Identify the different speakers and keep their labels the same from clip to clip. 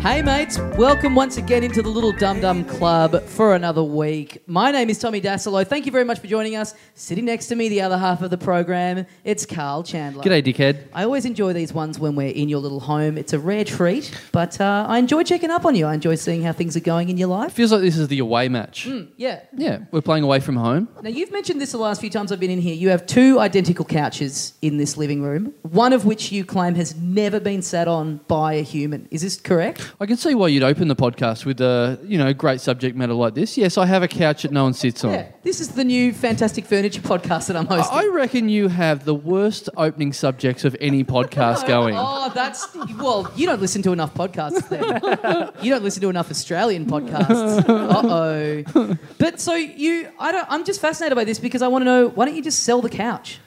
Speaker 1: Hey mates, welcome once again into the Little Dum Dum Club for another week. My name is Tommy Dasilo. Thank you very much for joining us. Sitting next to me, the other half of the program, it's Carl Chandler.
Speaker 2: G'day, dickhead.
Speaker 1: I always enjoy these ones when we're in your little home. It's a rare treat, but uh, I enjoy checking up on you. I enjoy seeing how things are going in your life.
Speaker 2: Feels like this is the away match.
Speaker 1: Yeah.
Speaker 2: Yeah, we're playing away from home.
Speaker 1: Now, you've mentioned this the last few times I've been in here. You have two identical couches in this living room, one of which you claim has never been sat on by a human. Is this correct?
Speaker 2: I can see why you'd open the podcast with a you know great subject matter like this. Yes, I have a couch that no one sits on.
Speaker 1: Yeah. This is the new Fantastic Furniture podcast that I'm hosting.
Speaker 2: I I reckon you have the worst opening subjects of any podcast going.
Speaker 1: Oh, that's well. You don't listen to enough podcasts. Then. you don't listen to enough Australian podcasts. Uh oh. But so you, I don't. I'm just fascinated by this because I want to know. Why don't you just sell the couch?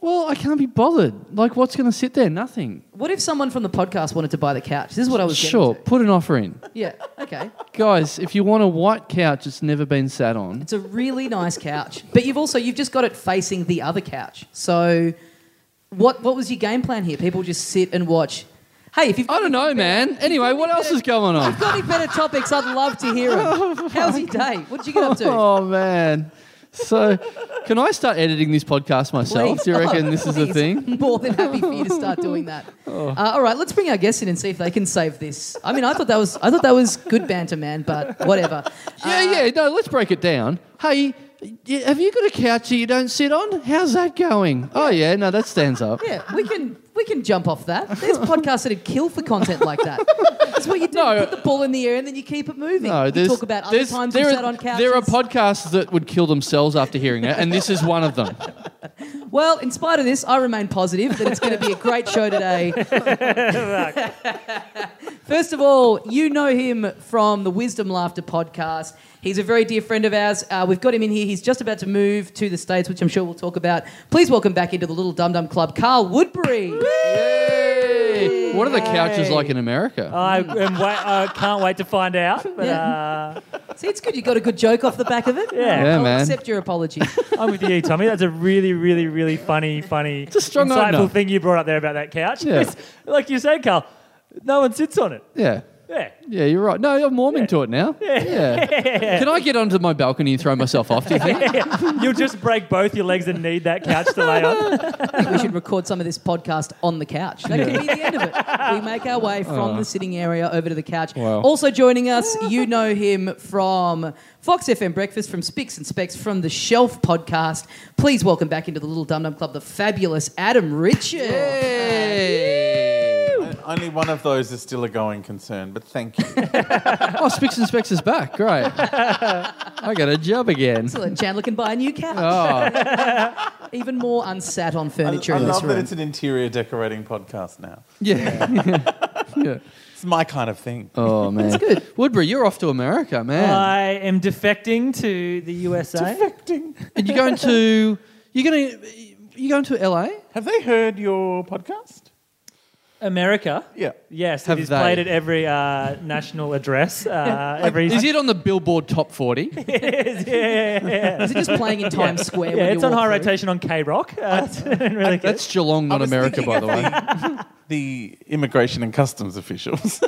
Speaker 2: Well, I can't be bothered. Like, what's going to sit there? Nothing.
Speaker 1: What if someone from the podcast wanted to buy the couch? This is what I was getting
Speaker 2: Sure,
Speaker 1: to.
Speaker 2: put an offer in,
Speaker 1: Yeah. Okay.
Speaker 2: guys. If you want a white couch that's never been sat on,
Speaker 1: It's a really nice couch, but you've also you've just got it facing the other couch. So, what what was your game plan here? People just sit and watch. Hey, if you've
Speaker 2: I don't know, man. Anyway, what else is going on?
Speaker 1: If you've got any better topics, I'd love to hear them. How's your day? What did you get up to?
Speaker 2: Oh man. So, can I start editing this podcast myself? Do you
Speaker 1: Please.
Speaker 2: reckon this is a
Speaker 1: Please.
Speaker 2: thing? Oh.
Speaker 1: More than happy for you to start doing that. Uh, all right, let's bring our guests in and see if they can save this. I mean, I thought that was I thought that was good banter, man. But whatever.
Speaker 2: Yeah, yeah. No, let's break it down. Hey, y- have you got a couch that you don't sit on? How's that going? Oh yeah, no, that stands up.
Speaker 1: Yeah, we can we can jump off that. There's podcasts that'd kill for content like that. That's what you do.
Speaker 2: No.
Speaker 1: You put the ball in the air and then you keep it moving.
Speaker 2: No,
Speaker 1: you
Speaker 2: there's,
Speaker 1: talk about other
Speaker 2: there's-
Speaker 1: times
Speaker 2: there
Speaker 1: you
Speaker 2: are,
Speaker 1: sat on couches.
Speaker 2: There are podcasts that would kill themselves after hearing it, and this is one of them.
Speaker 1: well, in spite of this, I remain positive that it's going to be a great show today. First of all, you know him from the Wisdom Laughter podcast. He's a very dear friend of ours. Uh, we've got him in here. He's just about to move to the States, which I'm sure we'll talk about. Please welcome back into the Little Dum Dum Club, Carl Woodbury.
Speaker 2: Yay! What are the couches
Speaker 3: Yay.
Speaker 2: like in
Speaker 1: Uh,
Speaker 2: America?
Speaker 3: I, am wa- I can't wait to find out. But uh,
Speaker 1: See, it's good. You got a good joke off the back of it.
Speaker 3: Yeah.
Speaker 2: Yeah,
Speaker 1: I'll
Speaker 2: man.
Speaker 1: accept your apology.
Speaker 3: I'm with you, Tommy. That's a really, really, really funny, funny,
Speaker 2: a strong
Speaker 3: insightful
Speaker 2: opener.
Speaker 3: thing you brought up there about that couch.
Speaker 2: Yeah.
Speaker 3: It's- like you said, Carl, no one sits on it.
Speaker 2: Yeah.
Speaker 3: Yeah.
Speaker 2: Yeah, you're right. No, I'm warming to it now. Yeah. Can I get onto my balcony and throw myself off, do you think?
Speaker 3: You'll just break both your legs and need that couch to lay on.
Speaker 1: I think we should record some of this podcast on the couch. That could be the end of it. We make our way from the sitting area over to the couch.
Speaker 2: Wow.
Speaker 1: Also joining us, you know him from Fox FM Breakfast, from Spicks and Specs, from the Shelf podcast. Please welcome back into the Little Dum Dum Club the fabulous Adam Richard.
Speaker 2: Yay!
Speaker 4: And Only one of those is still a going concern, but thank you.
Speaker 2: Oh, Spicks and Specs is back. Great. I got a job again.
Speaker 1: Excellent. Chandler can buy a new couch.
Speaker 3: Ah.
Speaker 2: Oh,
Speaker 1: Even more unsat on
Speaker 4: I,
Speaker 1: furniture
Speaker 4: I
Speaker 1: in this
Speaker 4: love that
Speaker 1: room.
Speaker 4: it's an interior decorating podcast now.
Speaker 2: yeah. yeah.
Speaker 4: It's my kind of thing.
Speaker 2: Oh, man. That's
Speaker 1: good.
Speaker 2: Woodbury, you're off to America, man.
Speaker 3: I am defecting to the USA.
Speaker 4: Defecting.
Speaker 2: and you're going to, you're going to, you're going to LA?
Speaker 4: Have they heard your podcast?
Speaker 3: America.
Speaker 4: Yeah.
Speaker 3: Yes,
Speaker 2: Have
Speaker 3: it is
Speaker 2: they?
Speaker 3: played at every uh, national address. Uh, every
Speaker 2: Is it on the Billboard Top 40?
Speaker 1: Is it just playing in Times Square?
Speaker 3: yeah,
Speaker 1: when
Speaker 3: it's
Speaker 1: you
Speaker 3: on
Speaker 1: walk
Speaker 3: high
Speaker 1: through?
Speaker 3: rotation on K Rock. Uh, it's been really good.
Speaker 2: That's Geelong,
Speaker 4: I
Speaker 2: not
Speaker 4: was
Speaker 2: America, by
Speaker 4: thinking
Speaker 2: the way.
Speaker 4: of The immigration and customs officials.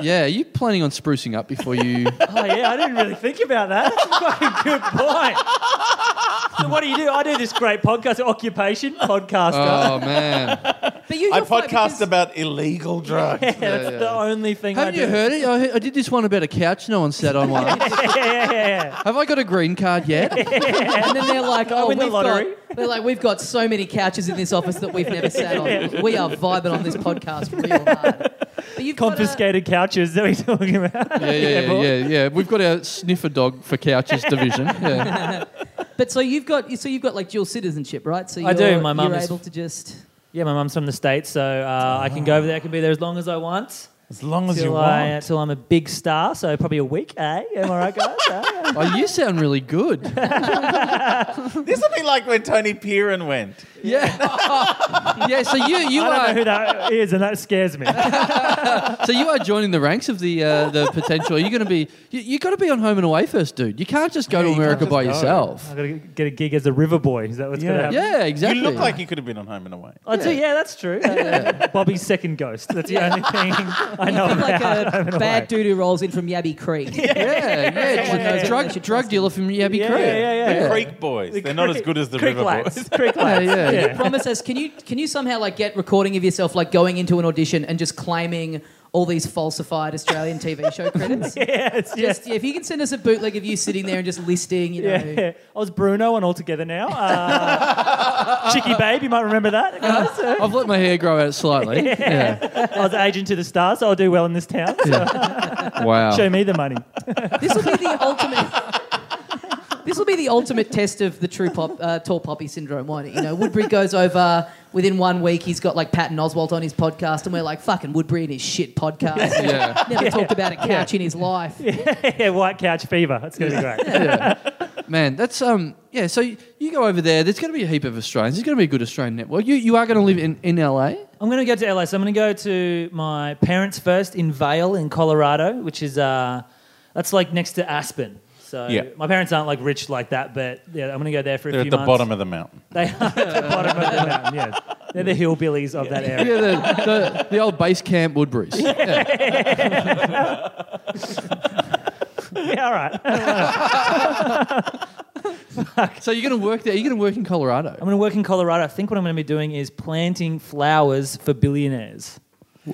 Speaker 2: Yeah, you're planning on sprucing up before you.
Speaker 3: Oh yeah, I didn't really think about that. That's a fucking good point. So what do you do? I do this great podcast, occupation podcaster.
Speaker 2: Oh, man.
Speaker 1: But you,
Speaker 4: I
Speaker 1: you're fine
Speaker 4: podcast
Speaker 1: because-
Speaker 4: about illegal drugs.
Speaker 3: yeah, that's
Speaker 2: yeah.
Speaker 3: the only thing. I
Speaker 2: Haven't
Speaker 3: do.
Speaker 2: you heard it? I, he- I did this one about a couch no one sat on once.
Speaker 3: Yeah, yeah, yeah.
Speaker 2: Have I got a green card yet?
Speaker 1: And then they're like, oh,
Speaker 3: win the
Speaker 1: we've
Speaker 3: lottery."
Speaker 1: Got, they're like, we've got so many couches in this office that we've never sat on. We are vibing on this podcast real hard. But you've got a-
Speaker 3: Confiscated couches. That we talking about?
Speaker 2: Yeah, yeah, yeah, yeah, yeah. We've got our sniffer dog for couches division. Yeah.
Speaker 1: but so you've got so you've got like dual citizenship, right? So you're,
Speaker 3: I do. My mum
Speaker 1: You're
Speaker 3: is-
Speaker 1: able to just.
Speaker 3: Yeah, my mum's from the states, so uh, I can go over there. I can be there as long as I want.
Speaker 4: As long as you
Speaker 3: Till
Speaker 4: want.
Speaker 3: I, till I'm a big star, so probably a week, eh? Am I right, guys? Eh?
Speaker 2: Oh, you sound really good.
Speaker 4: This would be like when Tony Pearon went.
Speaker 2: Yeah. yeah. So you you
Speaker 3: I don't know who
Speaker 2: are
Speaker 3: that is, and that scares me.
Speaker 2: so you are joining the ranks of the uh, the potential. You're going to be you, you got to be on home and away first, dude. You can't just go
Speaker 4: Yeah,
Speaker 2: to
Speaker 4: you can't
Speaker 2: America
Speaker 4: just
Speaker 2: by
Speaker 4: go.
Speaker 2: yourself.
Speaker 3: I'm gonna get a gig as a river boy. Is that what's
Speaker 4: Yeah.
Speaker 3: gonna happen?
Speaker 2: Yeah, exactly.
Speaker 4: You look like you could have been on Home and Away.
Speaker 3: I do, Oh, yeah, that's true. Bobby's second ghost. That's the only thing
Speaker 5: I know.
Speaker 1: I'm like
Speaker 5: about.
Speaker 1: a bad dude who rolls in from Yabby Creek.
Speaker 2: Yeah, yeah.
Speaker 1: yeah, yeah.
Speaker 2: drug drug dealer from Yabby
Speaker 5: Yeah,
Speaker 2: Creek.
Speaker 5: yeah, yeah, yeah.
Speaker 4: The Creek Boys. They're not as good as the
Speaker 5: Creek
Speaker 4: River
Speaker 5: lads.
Speaker 4: Boys.
Speaker 5: Creek
Speaker 2: Yeah,
Speaker 5: lads.
Speaker 2: yeah, yeah.
Speaker 1: Promise us, can you can you somehow like get recording of yourself like going into an audition and just claiming all these falsified Australian TV show credits?
Speaker 5: Yeah, it's just.
Speaker 1: Just, yeah, if you can send us a bootleg of you sitting there and just listing, you know.
Speaker 5: Yeah, yeah. I was Bruno and all together now. Uh, Chicky Babe, you might remember that. guys.
Speaker 2: I've let my hair grow out slightly. Yeah.
Speaker 5: I was agent to the stars, so I'll do well in this town. So
Speaker 2: Wow.
Speaker 5: Show me the money.
Speaker 1: This will be the ultimate. This will be the ultimate test of the true pop, uh, tall poppy syndrome, won't it? You know, Woodbury goes over within one week. He's got like Patton Oswalt on his podcast, and we're like, "Fucking Woodbury and his shit podcast."
Speaker 2: Yeah.
Speaker 1: Never talked about a couch in his life.
Speaker 5: yeah, white couch fever. That's going to be great.
Speaker 2: Man, that's um yeah, so you, you go over there, there's gonna be a heap of Australians, there's gonna be a good Australian network. You you are gonna live in, in LA.
Speaker 3: I'm going to go to LA. So I'm going to go to my parents first in Vale in Colorado, which is uh, that's like next to Aspen. So
Speaker 4: Yeah.
Speaker 3: my parents aren't like rich like that, but yeah, I'm going to go there for a
Speaker 4: They're at
Speaker 3: few
Speaker 4: the
Speaker 3: months.
Speaker 4: bottom of the mountain.
Speaker 3: They are at the bottom of the mountain. Yes, they're the hillbillies of that area.
Speaker 2: Yeah, the, the, the old base camp Woodbury's. Yeah.
Speaker 5: yeah, all right.
Speaker 2: So you're gonna work there, you're gonna work in Colorado.
Speaker 3: I'm going to work in Colorado. I think what I'm going to be doing is planting flowers for billionaires.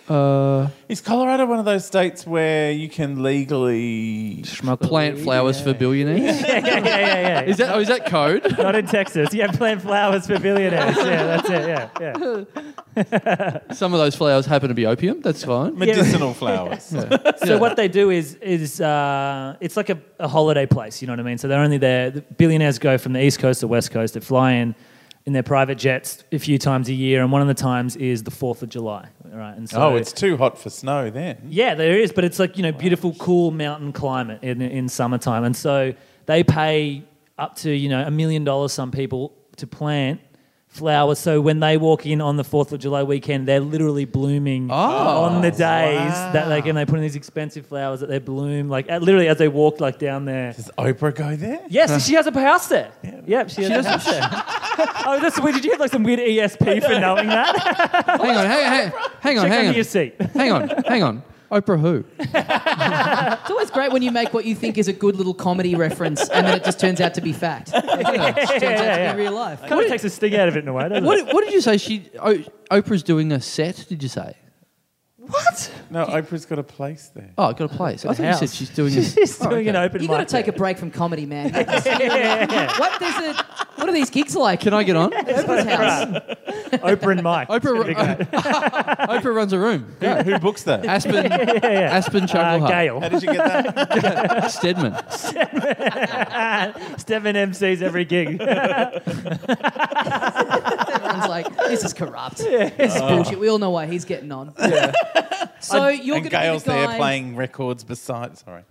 Speaker 2: Uh
Speaker 4: Is Colorado one of those states where you can legally.
Speaker 2: plant flowers for billionaires.
Speaker 5: Yeah, yeah, yeah, yeah. yeah.
Speaker 2: Is that oh is that code?
Speaker 5: Not in Texas. Yeah, plant flowers for billionaires. Yeah, that's it. Yeah, yeah.
Speaker 2: Some of those flowers happen to be opium, that's fine.
Speaker 4: Medicinal flowers.
Speaker 3: So what they do is is uh, it's like a, a holiday place. You know what I mean? So they're only there. The billionaires go from the east coast to west coast. They fly in in their private jets a few times a year, and one of the times is the Fourth of July. Right? And so
Speaker 4: Oh, it's too hot for snow then.
Speaker 3: yeah, there is, but it's like you know beautiful, cool mountain climate in in summertime, and so they pay up to you know a million dollars some people to plant. Flowers, so when they walk in on the Fourth of July weekend, they're literally blooming on the days that like, and they put in these expensive flowers that they bloom like at, literally as they walk like down there.
Speaker 4: Does Oprah go there?
Speaker 3: Yes, she has a house there. Yep, she has a house there. oh, that's weird. Did you have like some weird ESP for knowing that?
Speaker 2: Hang on, hang, hang, hang on,
Speaker 5: Check under
Speaker 2: hang
Speaker 5: your
Speaker 2: on.
Speaker 5: seat.
Speaker 2: Hang on, hang on. Oprah who?
Speaker 1: It's always great when you make what you think is a good little comedy reference, and then it just turns out to be fact. It turns out to
Speaker 5: yeah.
Speaker 1: be real life.
Speaker 5: Kind of takes a sting out of it in a way, doesn't it?
Speaker 2: What, what did you say? She o, Oprah's doing a set. Did you say?
Speaker 4: No, Oprah's got a place there.
Speaker 2: Oh, I got a place. I thought you said
Speaker 3: house.
Speaker 2: she's doing. A,
Speaker 5: She's doing an open
Speaker 1: You
Speaker 5: mic.
Speaker 1: got to take a break from comedy, man. what there's a, What are these gigs like?
Speaker 2: can I get on?
Speaker 1: Oprah's house.
Speaker 5: Oprah and Mike. It's gonna be
Speaker 2: Oprah,
Speaker 5: great.
Speaker 2: Oprah runs a room.
Speaker 4: Who, who books that?
Speaker 2: Aspen, Aspen
Speaker 5: Uh,
Speaker 2: Chuckleheart,
Speaker 4: How
Speaker 5: Gail.
Speaker 4: did you get that?
Speaker 2: Stedman.
Speaker 5: Stephen MCs every gig.
Speaker 1: Everyone's like, this is corrupt. This
Speaker 5: Oh.
Speaker 1: is bullshit. We all know why he's getting on. So you're going
Speaker 4: and
Speaker 1: to be the
Speaker 4: Gail's there
Speaker 1: guy.
Speaker 4: playing records beside. Sorry.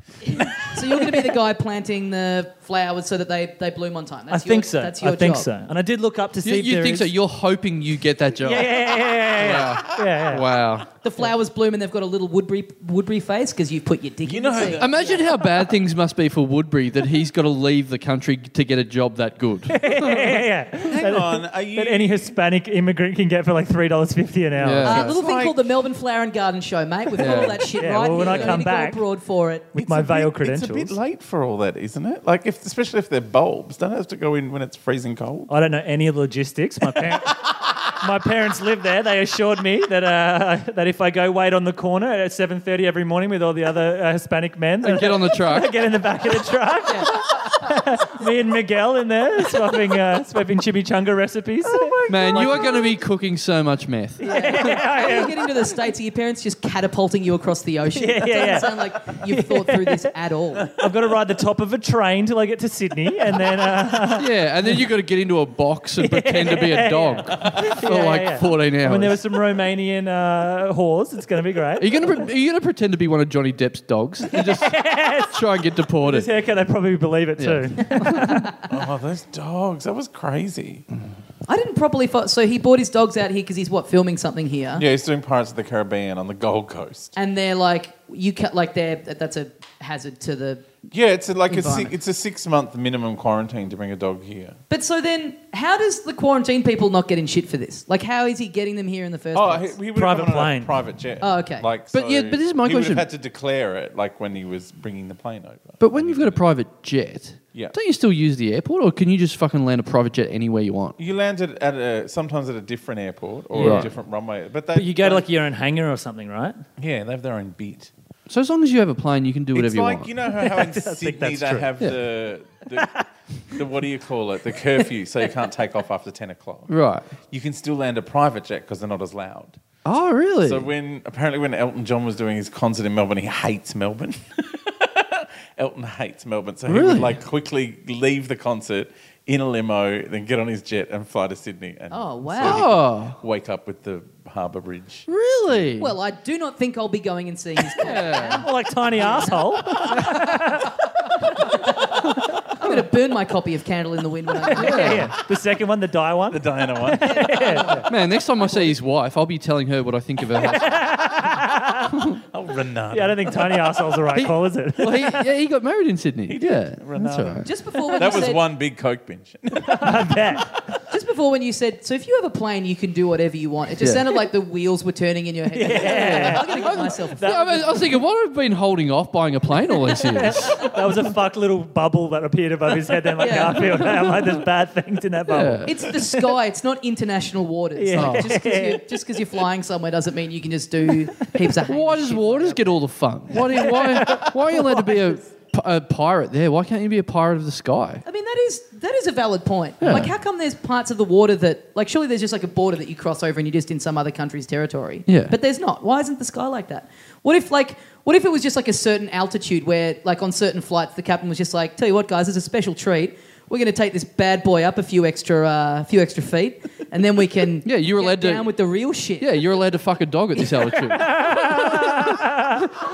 Speaker 1: So you're going to be the guy planting the flowers so that they, they bloom on time.
Speaker 3: I
Speaker 1: That's
Speaker 3: think
Speaker 1: your,
Speaker 3: so.
Speaker 1: That's your
Speaker 3: I think
Speaker 1: job.
Speaker 3: so. And I did look up to see
Speaker 2: You,
Speaker 3: if
Speaker 2: you
Speaker 3: there
Speaker 2: think so?
Speaker 3: is-
Speaker 2: You're hoping you get that job.
Speaker 5: Yeah, yeah, yeah, yeah, yeah.
Speaker 2: Wow.
Speaker 5: yeah. yeah.
Speaker 2: Wow.
Speaker 1: The flowers bloom and they've got a little Woodbury Woodbury face because you've put your dick.
Speaker 4: You
Speaker 1: in
Speaker 4: know
Speaker 1: the
Speaker 4: how
Speaker 1: sea. Um,
Speaker 4: the-
Speaker 2: Imagine how bad things must be for Woodbury that he's got to leave the country to get a job that good.
Speaker 5: yeah, yeah.
Speaker 4: Hang on. Are you.
Speaker 5: That any Hispanic immigrant can get for like three dollars fifty an hour.
Speaker 2: Yeah.
Speaker 1: Uh, little thing
Speaker 4: like-
Speaker 1: called the Melbourne Flower and Garden Show, mate. We've got all that shit
Speaker 5: Yeah,
Speaker 1: right
Speaker 5: well, when
Speaker 1: here.
Speaker 5: I
Speaker 1: You don't
Speaker 5: come
Speaker 1: need
Speaker 5: back-
Speaker 1: to go abroad for it.
Speaker 5: With my
Speaker 4: a bit-
Speaker 5: veil
Speaker 4: It's a bit
Speaker 5: credentials.
Speaker 4: late for all that, isn't it? Like, if especially if they're bulbs, don't they have to go in when it's freezing cold.
Speaker 5: I don't know any of the logistics. My parents. My parents live there. They assured me that uh, that if I go wait on the corner at seven thirty every morning with all the other uh, Hispanic men, that
Speaker 2: Get on the truck.
Speaker 5: get in the back of the truck. me and Miguel in there swapping uh, swapping chimichanga recipes.
Speaker 2: Man, you are going to be cooking so much meth.
Speaker 1: How do you get into the states? Are your parents just catapulting you across the ocean?
Speaker 5: Yeah,
Speaker 1: that
Speaker 5: yeah,
Speaker 1: doesn't
Speaker 5: yeah.
Speaker 1: sound like you've thought through this at all.
Speaker 5: I've got to ride the top of a train till I get to Sydney, and then uh,
Speaker 2: Yeah, and then you got to get into a box and pretend to be a dog for
Speaker 5: yeah,
Speaker 2: like
Speaker 5: yeah.
Speaker 2: 14 hours.
Speaker 5: when there were some Romanian uh, whores, it's going to be great.
Speaker 2: Are you gonna pre- are you gonna pretend to be one of Johnny Depp's dogs and just try and get deported?
Speaker 5: This haircut, they probably believe it
Speaker 2: Yeah.
Speaker 5: too.
Speaker 4: Oh, those dogs! That was crazy.
Speaker 1: I didn't properly. Fo- so he brought his dogs out here because he's what filming something here,
Speaker 4: Yeah, he's doing Pirates of the Caribbean on the Gold Coast.
Speaker 1: and they're like, you ca- like they're that- that's a hazard to the.
Speaker 4: Yeah, it's a, like a, si-
Speaker 1: Environment.
Speaker 4: it's a six month minimum quarantine to bring a dog here.
Speaker 1: But so then, how does the quarantine people not get in shit for this? Like, how is he getting them here in the first
Speaker 4: Oh, he,
Speaker 1: place?
Speaker 4: he would've
Speaker 3: Private
Speaker 4: come on a
Speaker 3: plane.
Speaker 4: private jet.
Speaker 1: Oh, okay.
Speaker 4: Like,
Speaker 2: But
Speaker 4: so
Speaker 2: yeah, but this is my
Speaker 4: he would've
Speaker 2: question.
Speaker 4: had to declare it, like when he was bringing the plane over.
Speaker 2: But when you've got a private jet,
Speaker 4: Yeah.
Speaker 2: don't you still use the airport, or can you just fucking land a private jet anywhere you want?
Speaker 4: you landed at a sometimes at a different airport or
Speaker 2: Yeah.
Speaker 4: a different runway, but, they,
Speaker 3: But you go to like your own hangar or something, right?
Speaker 4: yeah, they have their own beat.
Speaker 2: So as long as you have a plane, you can do whatever
Speaker 4: it's
Speaker 2: you
Speaker 4: like
Speaker 2: want.
Speaker 4: you know how, how in
Speaker 3: think
Speaker 4: Sydney
Speaker 3: that's
Speaker 4: they
Speaker 3: true.
Speaker 4: have the, the the what do you call it the curfew, so you can't take off after ten o'clock.
Speaker 2: right?
Speaker 4: You can still land a private jet because they're not as loud.
Speaker 2: Oh, really?
Speaker 4: So when apparently when Elton John was doing his concert in Melbourne, he hates Melbourne. Elton hates Melbourne, so he
Speaker 2: Really?
Speaker 4: would like quickly leave the concert in a limo, then get on his jet and fly to Sydney. And
Speaker 1: Oh, wow.
Speaker 4: so he
Speaker 2: oh,
Speaker 4: could wake up with the Harbour Bridge.
Speaker 2: really?
Speaker 1: well, I do not think I'll be going and seeing his. cat.
Speaker 2: Yeah.
Speaker 3: Or Oh, like tiny asshole.
Speaker 1: I'm going to burn my copy of Candle in the Wind when I
Speaker 3: yeah, yeah. The second one, the die one.
Speaker 4: The Diana one.
Speaker 2: man, next time I see his wife, I'll be telling her what I think of her. husband.
Speaker 4: oh, Renata.
Speaker 3: yeah, I don't think tiny asshole's the right call, is it?
Speaker 2: well, he, yeah, he got married in Sydney. yeah, that's all right.
Speaker 1: Just before when
Speaker 4: That
Speaker 1: you
Speaker 4: was
Speaker 1: said,
Speaker 4: one big coke binge.
Speaker 3: I bet.
Speaker 1: just before when you said, so if you have a plane, you can do whatever you want. It just
Speaker 2: Yeah.
Speaker 1: sounded like the wheels were turning in your head. I'm going to get myself. A
Speaker 2: Yeah, I, was- I was thinking, what have I been holding off buying a plane all these years?
Speaker 3: That was a fuck little bubble that appeared above his head. Then like
Speaker 1: Yeah.
Speaker 3: Garfield, I'm like, there's bad things in that bubble.
Speaker 2: Yeah.
Speaker 1: It's the sky. It's not international waters.
Speaker 3: Yeah.
Speaker 1: Like, just because you're, just 'cause you're flying somewhere doesn't mean you can just do heaps of.
Speaker 2: Why
Speaker 1: heinous
Speaker 2: does
Speaker 1: shit.
Speaker 2: Waters get all the fun? Why, do you, why, why are you allowed to be a, a pirate there? Why can't you be a pirate of the sky?
Speaker 1: I mean, that is that is a valid point. Like, how come there's parts of the water that, like, surely there's just like a border that you cross over and you're just in some other country's territory.
Speaker 2: Yeah.
Speaker 1: But there's not. Why isn't the sky like that? What if like what if it was just like a certain altitude where, like, on certain flights, the captain was just like, "Tell you what, guys, it's a special treat. We're going to take this bad boy up a few extra, uh, few extra feet, and then we can
Speaker 2: Yeah, you were
Speaker 1: get
Speaker 2: allowed to-
Speaker 1: down with the real shit."
Speaker 2: Yeah, you're allowed to fuck a dog at this altitude.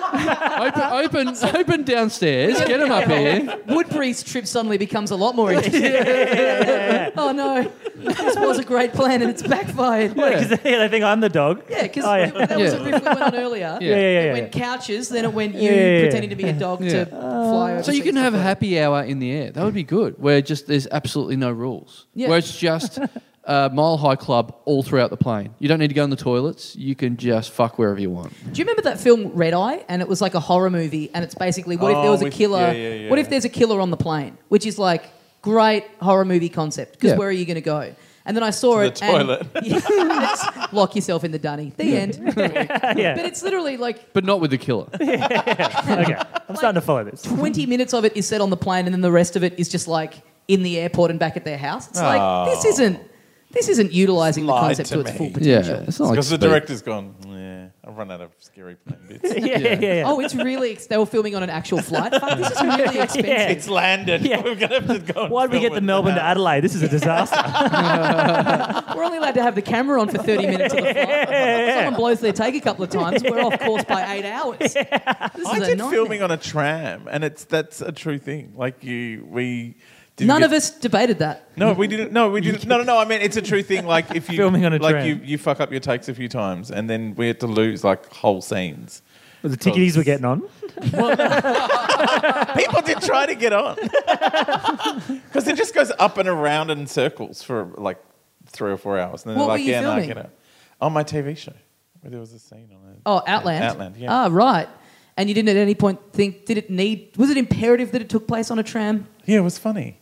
Speaker 2: open, open, open downstairs. Get him up here.
Speaker 1: Woodbury's trip suddenly becomes a lot more interesting. oh no, this was a great plan and it's backfired. Yeah,
Speaker 2: Yeah.
Speaker 3: Yeah, they think I'm the dog.
Speaker 1: because
Speaker 3: Oh, yeah.
Speaker 1: that was a
Speaker 2: Yeah.
Speaker 1: riff we went on earlier.
Speaker 2: Yeah.
Speaker 3: Yeah, yeah, yeah.
Speaker 1: It went couches, then it went you
Speaker 3: Yeah, yeah, yeah.
Speaker 1: pretending to be a dog
Speaker 2: Yeah.
Speaker 1: to fly over.
Speaker 2: So you can have a happy hour in the air. That would be good. Where just there's absolutely no rules.
Speaker 1: Yeah.
Speaker 2: Where it's just a mile high club all throughout the plane. You don't need to go in the toilets. You can just fuck wherever you want.
Speaker 1: Do you remember that film Red Eye? And it was like a horror movie, and it's basically what if there
Speaker 4: Oh,
Speaker 1: was a
Speaker 4: with-
Speaker 1: killer?
Speaker 4: yeah, yeah,
Speaker 1: What
Speaker 4: yeah.
Speaker 1: if there's a killer on the plane? Which is like great horror movie concept because
Speaker 2: Yeah.
Speaker 1: where are you going to go? And then I saw
Speaker 4: To
Speaker 1: it.
Speaker 4: the
Speaker 1: and-
Speaker 4: toilet.
Speaker 1: Yes. lock yourself in the dunny. The end.
Speaker 3: yeah.
Speaker 1: But it's literally like
Speaker 2: But not with the killer.
Speaker 3: okay. I'm starting to follow this.
Speaker 1: 20 minutes of it is said on the plane and then the rest of it is just like in the airport and back at their house. It's like this isn't this isn't utilizing the
Speaker 4: Oh. Lied
Speaker 1: concept
Speaker 4: to
Speaker 1: to its
Speaker 4: me.
Speaker 1: full
Speaker 4: Yeah.
Speaker 2: Yeah,
Speaker 1: potential.
Speaker 2: it's not like
Speaker 4: Because the
Speaker 2: speed.
Speaker 4: director's gone, yeah, I've run out of scary plane bits.
Speaker 3: Yeah, yeah, yeah.
Speaker 1: Oh, it's really ex- they were filming on an actual flight. Fuck, this is really expensive.
Speaker 3: Yeah.
Speaker 4: it's landed.
Speaker 3: Yeah.
Speaker 4: We're going to have to go. and
Speaker 3: Why'd we
Speaker 4: film
Speaker 3: get the
Speaker 4: it Uh,
Speaker 3: Melbourne to
Speaker 4: now.
Speaker 3: Adelaide? This is a disaster.
Speaker 1: We're only allowed to have the camera on for 30 minutes of the flight. Someone blows their take a couple of times, we're off course by 8 hours. This
Speaker 4: I
Speaker 1: is a
Speaker 4: did
Speaker 1: nightmare.
Speaker 4: filming on a tram, and it's that's a true thing. Like you, we. didn't
Speaker 1: None
Speaker 4: get-
Speaker 1: of us debated that.
Speaker 4: No, we didn't. No, we didn't. No, no, no. I mean, it's a true thing. Like if you
Speaker 3: Filming on a
Speaker 4: like
Speaker 3: tram.
Speaker 4: you, you fuck up your takes a few times, and then we had to lose like whole scenes.
Speaker 3: the ticketies were getting on.
Speaker 4: People did try to get on because it just goes up and around in circles for like three or four hours, and then
Speaker 1: What were
Speaker 4: they're like,
Speaker 1: you
Speaker 4: "Yeah, no,
Speaker 1: filming?
Speaker 4: get out." On my TV show, where there was a scene on it.
Speaker 1: Oh, Outland.
Speaker 4: Outland, yeah.
Speaker 1: Ah, right. And you didn't at any point think did it need was it imperative that it took place on a tram?
Speaker 4: Yeah, it was funny.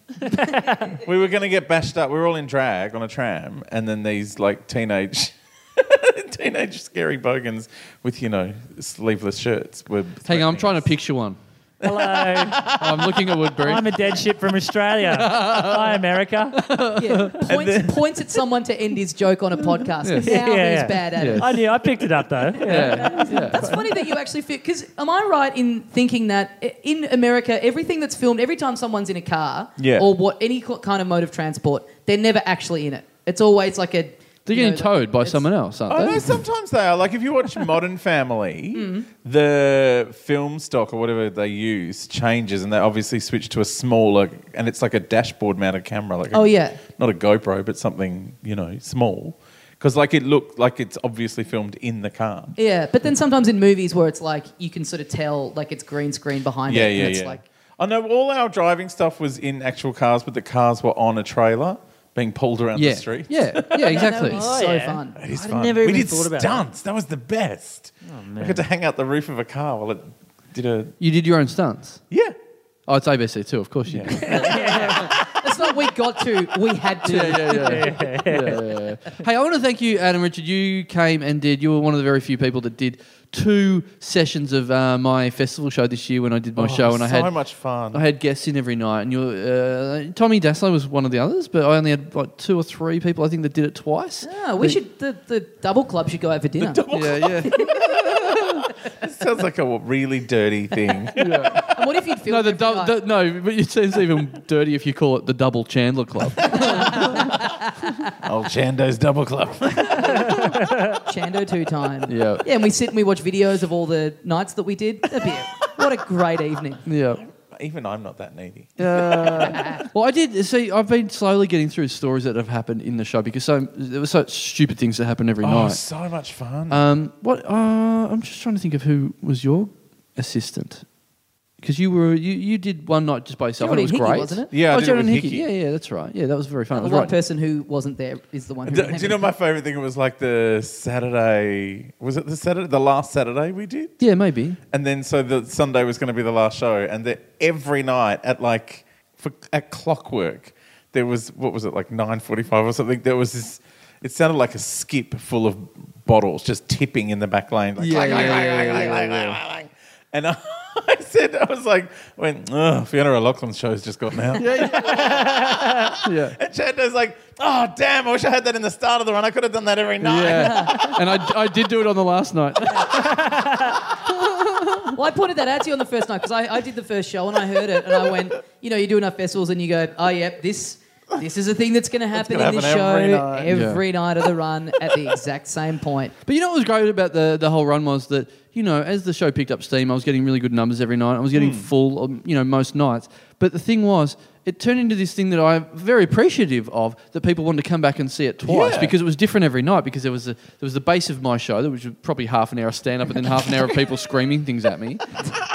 Speaker 4: we were going to get bashed up. We were all in drag on a tram, and then these like teenage, teenage scary bogans with you know sleeveless shirts were.
Speaker 2: Hang on, I'm
Speaker 4: threatening
Speaker 2: trying to
Speaker 4: us.
Speaker 2: picture one.
Speaker 3: Hello.
Speaker 2: I'm looking at
Speaker 1: Oh,
Speaker 2: Woodbury.
Speaker 3: I'm a dead ship from Australia. Hi, America.
Speaker 1: Yeah, points, points at someone to end his joke on a podcast.
Speaker 2: Yes.
Speaker 1: Now
Speaker 3: Yeah,
Speaker 1: who's
Speaker 3: yeah.
Speaker 1: bad at
Speaker 2: Yeah.
Speaker 1: it?
Speaker 3: I knew. I picked it up though. Yeah.
Speaker 2: yeah, yeah.
Speaker 1: It's funny that you actually feel because am I right in thinking that i- in America everything that's filmed every time someone's in a car
Speaker 4: Yeah.
Speaker 1: or what any co- kind of mode of transport they're never actually in it. It's always like a
Speaker 2: They're
Speaker 1: you
Speaker 2: getting
Speaker 1: know, like,
Speaker 2: towed by
Speaker 1: it's-
Speaker 2: someone else, aren't
Speaker 4: I
Speaker 2: they?
Speaker 4: know sometimes they are. Like if you watch Modern Family,
Speaker 1: Mm-hmm.
Speaker 4: the film stock or whatever they use changes, and they obviously switch to a smaller, and it's like a dashboard mounted camera. Like a-
Speaker 1: Oh, yeah.
Speaker 4: not a GoPro, but something you know small, because like it looked like it's obviously filmed in the car.
Speaker 1: Yeah, but then sometimes in movies where it's like you can sort of tell like it's green screen behind
Speaker 4: Yeah,
Speaker 1: it.
Speaker 4: yeah,
Speaker 1: and it's
Speaker 4: yeah.
Speaker 1: like "Oh,
Speaker 4: I know all our driving stuff was in actual cars, but the cars were on a trailer being pulled around
Speaker 2: yeah.
Speaker 4: the street.
Speaker 2: yeah, yeah, exactly.
Speaker 1: That was
Speaker 3: Oh,
Speaker 1: so
Speaker 3: yeah.
Speaker 1: fun.
Speaker 4: It is
Speaker 3: I'd
Speaker 4: fun.
Speaker 3: never
Speaker 4: we
Speaker 3: even
Speaker 4: did
Speaker 3: thought about that.
Speaker 4: stunts. That. was the best. I got to hang out the roof of a car while it did a
Speaker 2: You did your own stunts.
Speaker 4: yeah.
Speaker 2: Oh, it's ABC too, of course you did.
Speaker 1: It's not we got to, we had to.
Speaker 2: yeah, yeah, yeah. Yeah, yeah, yeah. Hey, I want to thank you, Adam Richard. You came and did. You were one of the very few people that did two sessions of uh, my festival show this year when I did my show, and
Speaker 4: Oh, so
Speaker 2: I had
Speaker 4: much fun.
Speaker 2: I had guests in every night, and you uh, Tommy Daslow was one of the others, but I only had like two or three people I think that did it twice.
Speaker 1: Ah, we should the, the double club should go out for dinner.
Speaker 2: Yeah, yeah.
Speaker 4: Sounds like a really dirty thing.
Speaker 1: and what if you'd film
Speaker 2: no, the,
Speaker 1: every
Speaker 2: dou-
Speaker 1: night?
Speaker 2: the no, but it seems even dirty if you call it the Double Chandler Club.
Speaker 4: Old Chando's Double Club.
Speaker 1: Chando two time?
Speaker 2: Yeah.
Speaker 1: Yeah, and we sit and we watch videos of all the nights that we did. That'd be a, what a great evening.
Speaker 2: yeah.
Speaker 4: Even I'm not that needy.
Speaker 2: Uh, Well, I did see. I've been slowly getting through stories that have happened in the show because so there were such stupid things that happen every
Speaker 4: Oh,
Speaker 2: night.
Speaker 4: so much fun.
Speaker 2: Um, what? Uh, I'm just trying to think of who was your assistant because you were you, you did one night just by yourself and it was
Speaker 1: Jordan Hickey,
Speaker 2: great,
Speaker 1: wasn't it?
Speaker 4: Yeah, I
Speaker 2: oh,
Speaker 4: did it
Speaker 2: Jordan
Speaker 4: with
Speaker 2: Hickey.
Speaker 4: Hickey.
Speaker 2: Yeah, yeah, that's right. Yeah, that was very fun.
Speaker 1: The
Speaker 2: It was
Speaker 1: one
Speaker 2: right.
Speaker 1: person who wasn't there is the one. Who
Speaker 4: do, do you know my favorite thing? It was like the Saturday. Was it the Saturday? The last Saturday we did.
Speaker 2: yeah, maybe.
Speaker 4: And then so the Sunday was going to be the last show, and the, every night at like for, at clockwork, there was what was it like nine forty-five or something. There was this. It sounded like a skip full of bottles just tipping in the back lane. Like,
Speaker 2: Yeah,
Speaker 4: clang,
Speaker 2: yeah, yeah,
Speaker 4: clang, clang,
Speaker 2: yeah,
Speaker 4: clang,
Speaker 2: yeah,
Speaker 4: clang, clang, clang. And I, I said, I was like, went, Ugh, Fiona O'Loughlin's show's just gotten out.
Speaker 2: Yeah.
Speaker 4: And Chando's like, oh, damn, I wish I had that in the start of the run. I could have done that every night.
Speaker 2: Yeah, and I, I did do it on the last night.
Speaker 1: Well, I pointed that out to you on the first night because I, I did the first show and I heard it and I went, you know, you do enough festivals and you go, oh, yep, this this is a thing that's going to happen
Speaker 4: gonna
Speaker 1: in this
Speaker 4: happen every
Speaker 1: show
Speaker 4: night."
Speaker 1: every night of the run at the exact same point.
Speaker 2: But you know what was great about the, the whole run was that, you know, as the show picked up steam, I was getting really good numbers every night. I was getting full, um, you know, most nights. But the thing was, it turned into this thing that I'm very appreciative of that people wanted to come back and see it twice
Speaker 4: Yeah.
Speaker 2: because it was different every night because there was a, there was the base of my show, which was probably half an hour of stand up and then half an hour of people screaming things at me.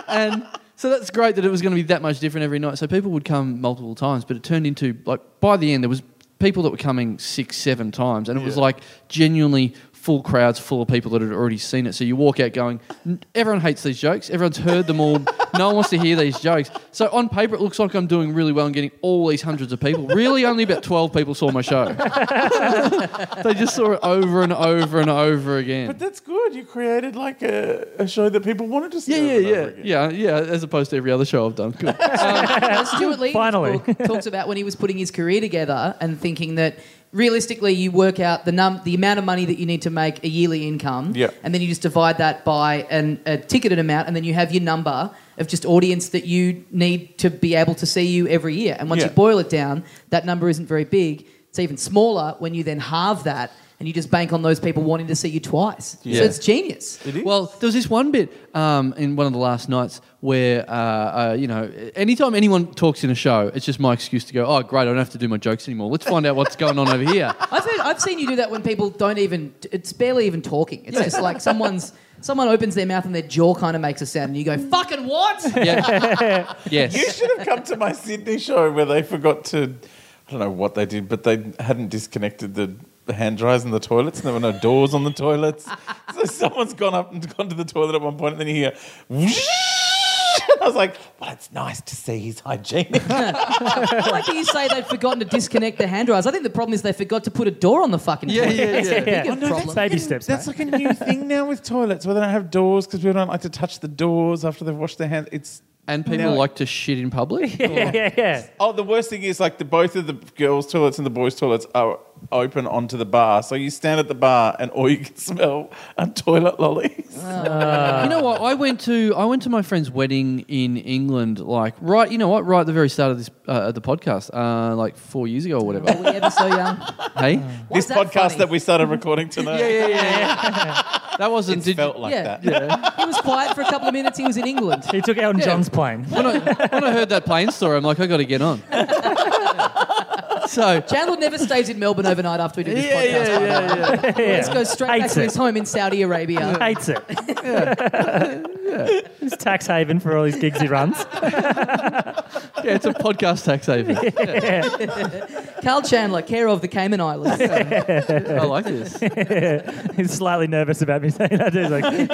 Speaker 2: And so that's great that it was going to be that much different every night. So people would come multiple times, but it turned into like by the end there was people that were coming six, seven times, and it was like genuinely full crowds full of people that had already seen it. So you walk out going, "N- everyone hates these jokes, everyone's heard them all, no one wants to hear these jokes. So on paper it looks like I'm doing really well and getting all these hundreds of people. Really, only about twelve people saw my show. they just saw it over and over and over again.
Speaker 4: But that's good. You created like a, a show that people wanted to see.
Speaker 2: yeah,
Speaker 4: over
Speaker 2: yeah,
Speaker 4: and over
Speaker 2: yeah,
Speaker 4: again.
Speaker 2: yeah, yeah. As opposed to every other show I've done. Cool.
Speaker 1: Now, Stuart Lee
Speaker 3: Finally.
Speaker 1: book talks about when he was putting his career together and thinking that realistically you work out the num- the amount of money that you need to make a yearly income
Speaker 4: Yeah.
Speaker 1: and then you just divide that by an, a ticketed amount and then you have your number of just audience that you need to be able to see you every year and once
Speaker 4: Yeah.
Speaker 1: you boil it down that number isn't very big it's even smaller when you then halve that and you just bank on those people wanting to see you twice
Speaker 2: Yeah.
Speaker 1: so it's genius
Speaker 2: Well, there was this one bit um, in one of the last nights where, uh, uh, you know, anytime anyone talks in a show, it's just my excuse to go, oh, great, I don't have to do my jokes anymore. Let's find out what's going on over here.
Speaker 1: I've, heard, I've seen you do that when people don't even, it's barely even talking. It's just like someone's, someone opens their mouth and their jaw kind of makes a sound and you go, fucking what?
Speaker 2: Yeah.
Speaker 4: You
Speaker 2: yes.
Speaker 4: should have come to my Sydney show where they forgot to. I don't know what they did, but they hadn't disconnected the the hand dryers in the toilets, and there were no doors on the toilets. So someone's gone up and gone to the toilet at one point, and then you hear. "Whoosh." I was like, well, it's nice to see he's hygienic.
Speaker 1: I like that you say they've forgotten to disconnect the hand dryers. I think the problem is they forgot to put a door on the fucking
Speaker 2: Yeah,
Speaker 1: toilet.
Speaker 2: yeah,
Speaker 1: That's the
Speaker 2: yeah.
Speaker 1: bigger
Speaker 3: Oh, no,
Speaker 1: problem.
Speaker 3: Baby steps,
Speaker 4: That's like a new thing now with toilets where they don't have doors because people don't like to touch the doors after they've washed their hands. It's
Speaker 2: And people
Speaker 4: Now-
Speaker 2: like to shit in public.
Speaker 3: yeah, yeah, yeah.
Speaker 4: Oh, the worst thing is like the both of the girls' toilets and the boys' toilets are open onto the bar. So you stand at the bar and all you can smell are toilet lollies.
Speaker 2: you know what? I went to I went to my friend's wedding in England. Like right, you know what? Right at the very start of this uh, of the podcast, uh, like four years ago or whatever.
Speaker 1: Are we ever so young?
Speaker 2: hey,
Speaker 1: Why
Speaker 4: this
Speaker 1: is that
Speaker 4: podcast
Speaker 1: funny?
Speaker 4: that we started recording tonight.
Speaker 2: yeah, yeah. that wasn't.
Speaker 4: It
Speaker 2: Did,
Speaker 4: felt like that.
Speaker 2: yeah.
Speaker 1: He was quiet for a couple of minutes. He was in England.
Speaker 3: He took Elton John's plane.
Speaker 2: when, I, when I heard that plane story, I'm like, I got to get on. So
Speaker 1: Chandler never stays in Melbourne overnight after we do this
Speaker 2: Yeah,
Speaker 1: podcast.
Speaker 2: yeah,
Speaker 1: by the
Speaker 2: yeah,
Speaker 1: way. Let's go straight back
Speaker 3: Hates
Speaker 1: to
Speaker 3: it.
Speaker 1: his home in Saudi Arabia.
Speaker 3: Hates it. yeah. It's tax haven for all his gigs he runs.
Speaker 2: yeah, it's a podcast tax haven.
Speaker 1: Carl Chandler, care of the Cayman Islands.
Speaker 2: I like this.
Speaker 3: He's slightly nervous about me saying that. He's like, shut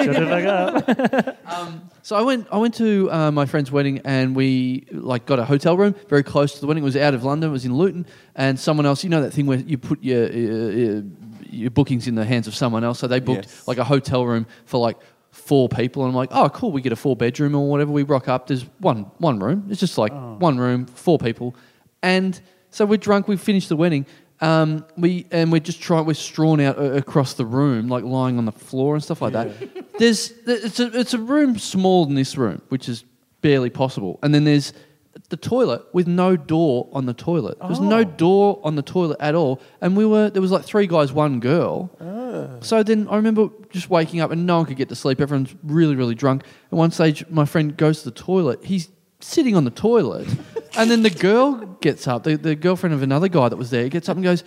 Speaker 3: the fuck up.
Speaker 2: So I went. I went to uh, my friend's wedding, and we like got a hotel room very close to the wedding. It was out of London. It was in Luton, and someone else. You know that thing where you put your your, your bookings in the hands of someone else. So they booked
Speaker 4: Yes.
Speaker 2: like a hotel room for like four people, and I'm like, oh, cool. We get a four bedroom or whatever. We rock up. There's one one room. It's just like one room, four people, and so we're drunk. We've finished the wedding. Um, we and we're just trying. We're strawn out uh, across the room, like lying on the floor and stuff like that. There's it's a it's a room smaller than this room, which is barely possible. And then there's the toilet with no door on the toilet. There's no door on the toilet at all. And we were there was like three guys, one girl. So then I remember just waking up and no one could get to sleep. Everyone's really, really drunk. At one stage, my friend goes to the toilet. He's sitting on the toilet. and then the girl gets up, the, the girlfriend of another guy that was there, gets up and goes,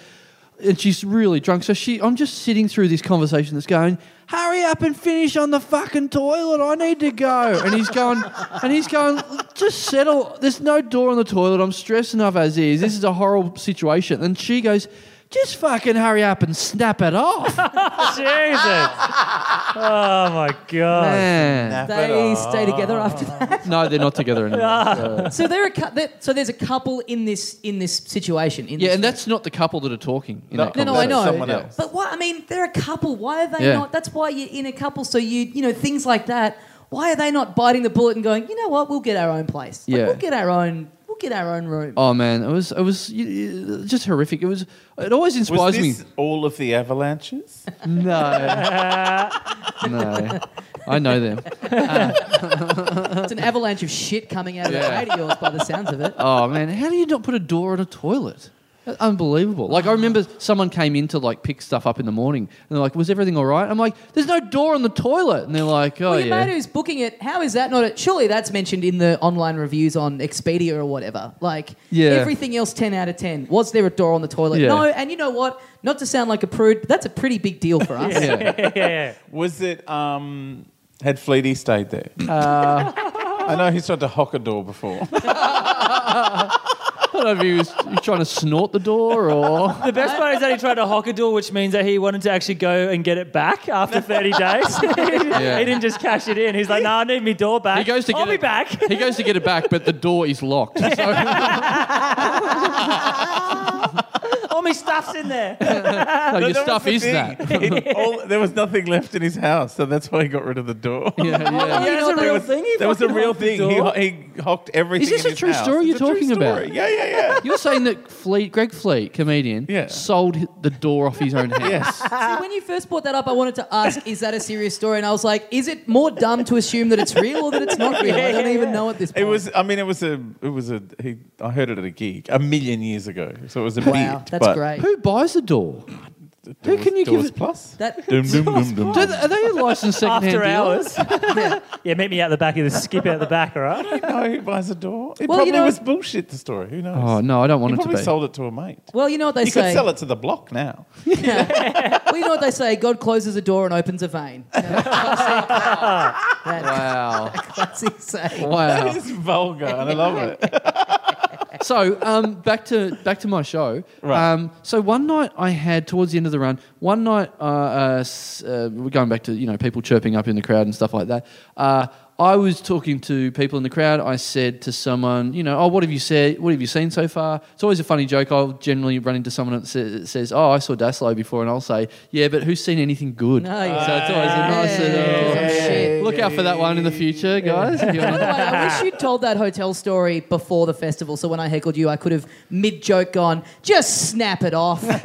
Speaker 2: and she's really drunk. So she, I'm just sitting through this conversation that's going, hurry up and finish on the fucking toilet. I need to go. And he's going, and he's going, just settle. There's no door on the toilet. I'm stressed enough as is. This is a horrible situation. And she goes, just fucking hurry up and snap it off.
Speaker 3: Jesus. Oh my God.
Speaker 2: Man.
Speaker 1: They
Speaker 4: uh,
Speaker 1: stay together after that.
Speaker 2: No, they're not together anymore. So-
Speaker 1: So there are cou- there- so there's a couple in this in this situation. In
Speaker 2: Yeah,
Speaker 1: this
Speaker 2: and that's not the couple that are talking. In that
Speaker 1: No, no, I
Speaker 2: conversation.
Speaker 1: know.
Speaker 4: Someone
Speaker 2: Yeah.
Speaker 4: else.
Speaker 1: But why? I mean, they're a couple. Why are they
Speaker 2: Yeah.
Speaker 1: not? That's why you're in a couple. So you, you know, things like that. Why are they not biting the bullet and going? You know what? We'll get our own place. Like,
Speaker 2: Yeah.
Speaker 1: we'll get our own. We'll get our own room.
Speaker 2: Oh man, it was it was y- y- just horrific. It was it always
Speaker 4: Was
Speaker 2: inspires
Speaker 4: this
Speaker 2: me.
Speaker 4: all of the avalanches?
Speaker 2: No, no, I know them.
Speaker 1: It's an avalanche of shit coming out of
Speaker 2: Oh. Yeah.
Speaker 1: that radios by the sounds of it.
Speaker 2: Oh man, how do you not put a door on a toilet? Unbelievable. Like I remember someone came in to like pick stuff up in the morning, and they're like, "Was everything all right?" I'm like, "There's no door on the toilet," and they're like, "Oh
Speaker 1: well, your
Speaker 2: yeah."
Speaker 1: mate who's booking it, how is that not? A, surely that's mentioned in the online reviews on Expedia or whatever. Like
Speaker 2: Yeah.
Speaker 1: everything else, ten out of ten. Was there a door on the toilet?
Speaker 2: Yeah.
Speaker 1: No. And you know what? Not to sound like a prude, but that's a pretty big deal for us.
Speaker 2: yeah.
Speaker 3: Yeah, yeah.
Speaker 4: Was it um had Fleety stayed there?
Speaker 2: Uh,
Speaker 4: I know he's tried to hock a door before.
Speaker 2: I don't know if he was he was trying to snort the door or.
Speaker 3: The best part is that he tried to hock a door, which means that he wanted to actually go and get it back after 30 days. He didn't just cash it in. He's like, no, I need my door back.
Speaker 2: He goes to
Speaker 3: I'll
Speaker 2: get
Speaker 3: be
Speaker 2: it-
Speaker 3: back.
Speaker 2: He goes to get it back, but the door is locked. So,
Speaker 3: All my stuff's in there.
Speaker 2: so your
Speaker 4: That was
Speaker 2: stuff
Speaker 4: the
Speaker 2: is
Speaker 4: thing.
Speaker 2: that.
Speaker 4: It- all- there was nothing left in his house, so that's why he got rid of the door.
Speaker 2: Yeah, yeah.
Speaker 1: You
Speaker 3: That's
Speaker 1: know,
Speaker 3: a
Speaker 1: they
Speaker 3: real
Speaker 1: were-
Speaker 3: thing. He
Speaker 4: That was a
Speaker 3: fucking
Speaker 4: real
Speaker 3: hocked the
Speaker 4: thing.
Speaker 3: door.
Speaker 4: He, ho- he hocked everything.
Speaker 2: Is this
Speaker 4: in
Speaker 2: a
Speaker 4: his
Speaker 2: true
Speaker 4: house.
Speaker 2: story you're
Speaker 4: It's a true
Speaker 2: talking about?
Speaker 4: story. Yeah, yeah, yeah.
Speaker 2: You're saying that Fleet, Greg Fleet, comedian,
Speaker 4: Yeah.
Speaker 2: sold hi- the door off his own house.
Speaker 4: yes.
Speaker 1: See, when you first brought that up, I wanted to ask, is that a serious story? And I was like, is it more dumb to assume that it's real or that it's not real? I don't even know at this point.
Speaker 4: It was. I mean, it was a. It was a. He, I heard it at a gig a million years ago. So it was a
Speaker 1: Wow,
Speaker 4: bit,
Speaker 1: that's
Speaker 4: but
Speaker 1: great.
Speaker 2: Who buys a door? Who can you give
Speaker 4: Doors
Speaker 2: it?
Speaker 4: plus?
Speaker 1: That-
Speaker 4: Dum, dum, dum, dum.
Speaker 2: Do they, are they a licensed secondhand
Speaker 3: After
Speaker 2: dealer?
Speaker 3: hours. yeah, meet me out the back of the skip out the back, all right?
Speaker 4: I don't know who buys a door. It
Speaker 1: Well, you
Speaker 4: probably
Speaker 1: know-
Speaker 4: was bullshit. The story. Who knows?
Speaker 2: Oh no, I don't
Speaker 4: he
Speaker 2: want it to
Speaker 4: probably
Speaker 2: be.
Speaker 4: sold it to a mate.
Speaker 1: Well, you know what they
Speaker 4: You
Speaker 1: say.
Speaker 4: could sell it to the block now.
Speaker 1: Well, you know what they say. God closes a door and opens a vein. You know, that
Speaker 2: wow,
Speaker 1: classic saying.
Speaker 2: wow.
Speaker 4: It's vulgar, and I love it.
Speaker 2: so um, back to back to my show.
Speaker 4: Right.
Speaker 2: Um, so one night I had towards the end of the run. One night, uh, uh, s- uh, we're going back to you know people chirping up in the crowd and stuff like that. Uh, I was talking to people in the crowd. I said to someone, you know, oh, what have you said? What have you seen so far? It's always a funny joke. I'll generally run into someone that says, that says oh, I saw Daslow before, and I'll say, yeah, but who's seen anything good?
Speaker 1: No,
Speaker 2: so
Speaker 1: yeah.
Speaker 2: it's always a nice
Speaker 1: Yeah.
Speaker 2: little.
Speaker 1: Some shit.
Speaker 2: Look out for that one in the future, guys. If you
Speaker 1: By
Speaker 2: want
Speaker 1: the way,
Speaker 2: to-
Speaker 1: I wish you'd told that hotel story before the festival, so when I heckled you, I could have mid joke gone, just snap it off.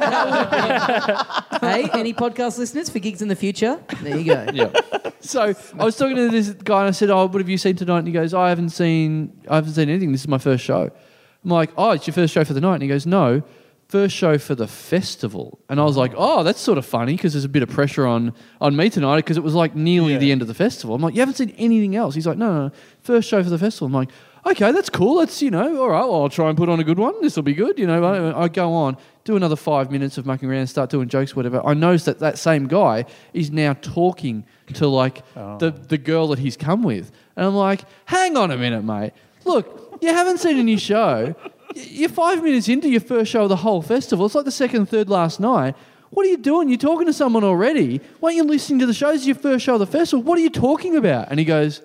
Speaker 1: That would've been- hey, any podcast listeners for gigs in the future? There you go.
Speaker 2: yeah. So I was talking to this guy and I said, "Oh, what have you seen tonight?" And he goes, "I haven't seen. I haven't seen anything. This is my first show." I'm like, "Oh, it's your first show for the night?" And he goes, "No, first show for the festival." And I was like, "Oh, that's sort of funny because there's a bit of pressure on on me tonight because it was like nearly the end of the festival." I'm like, "You haven't seen anything else?" He's like, "No, no, no. first show for the festival." I'm like. Okay, that's cool. That's you know, all right. Well, I'll try and put on a good one. This will be good. You know, I, I go on, do another five minutes of mucking around, start doing jokes, whatever. I notice that that same guy is now talking to like the, the girl that he's come with. And I'm like, hang on a minute, mate. Look, you haven't seen a new show. Y- You're five minutes into your first show of the whole festival. It's like the second, third last night. What are you doing? You're talking to someone already. Why aren't you listening to the shows? It's your first show of the festival. What are you talking about? And he goes,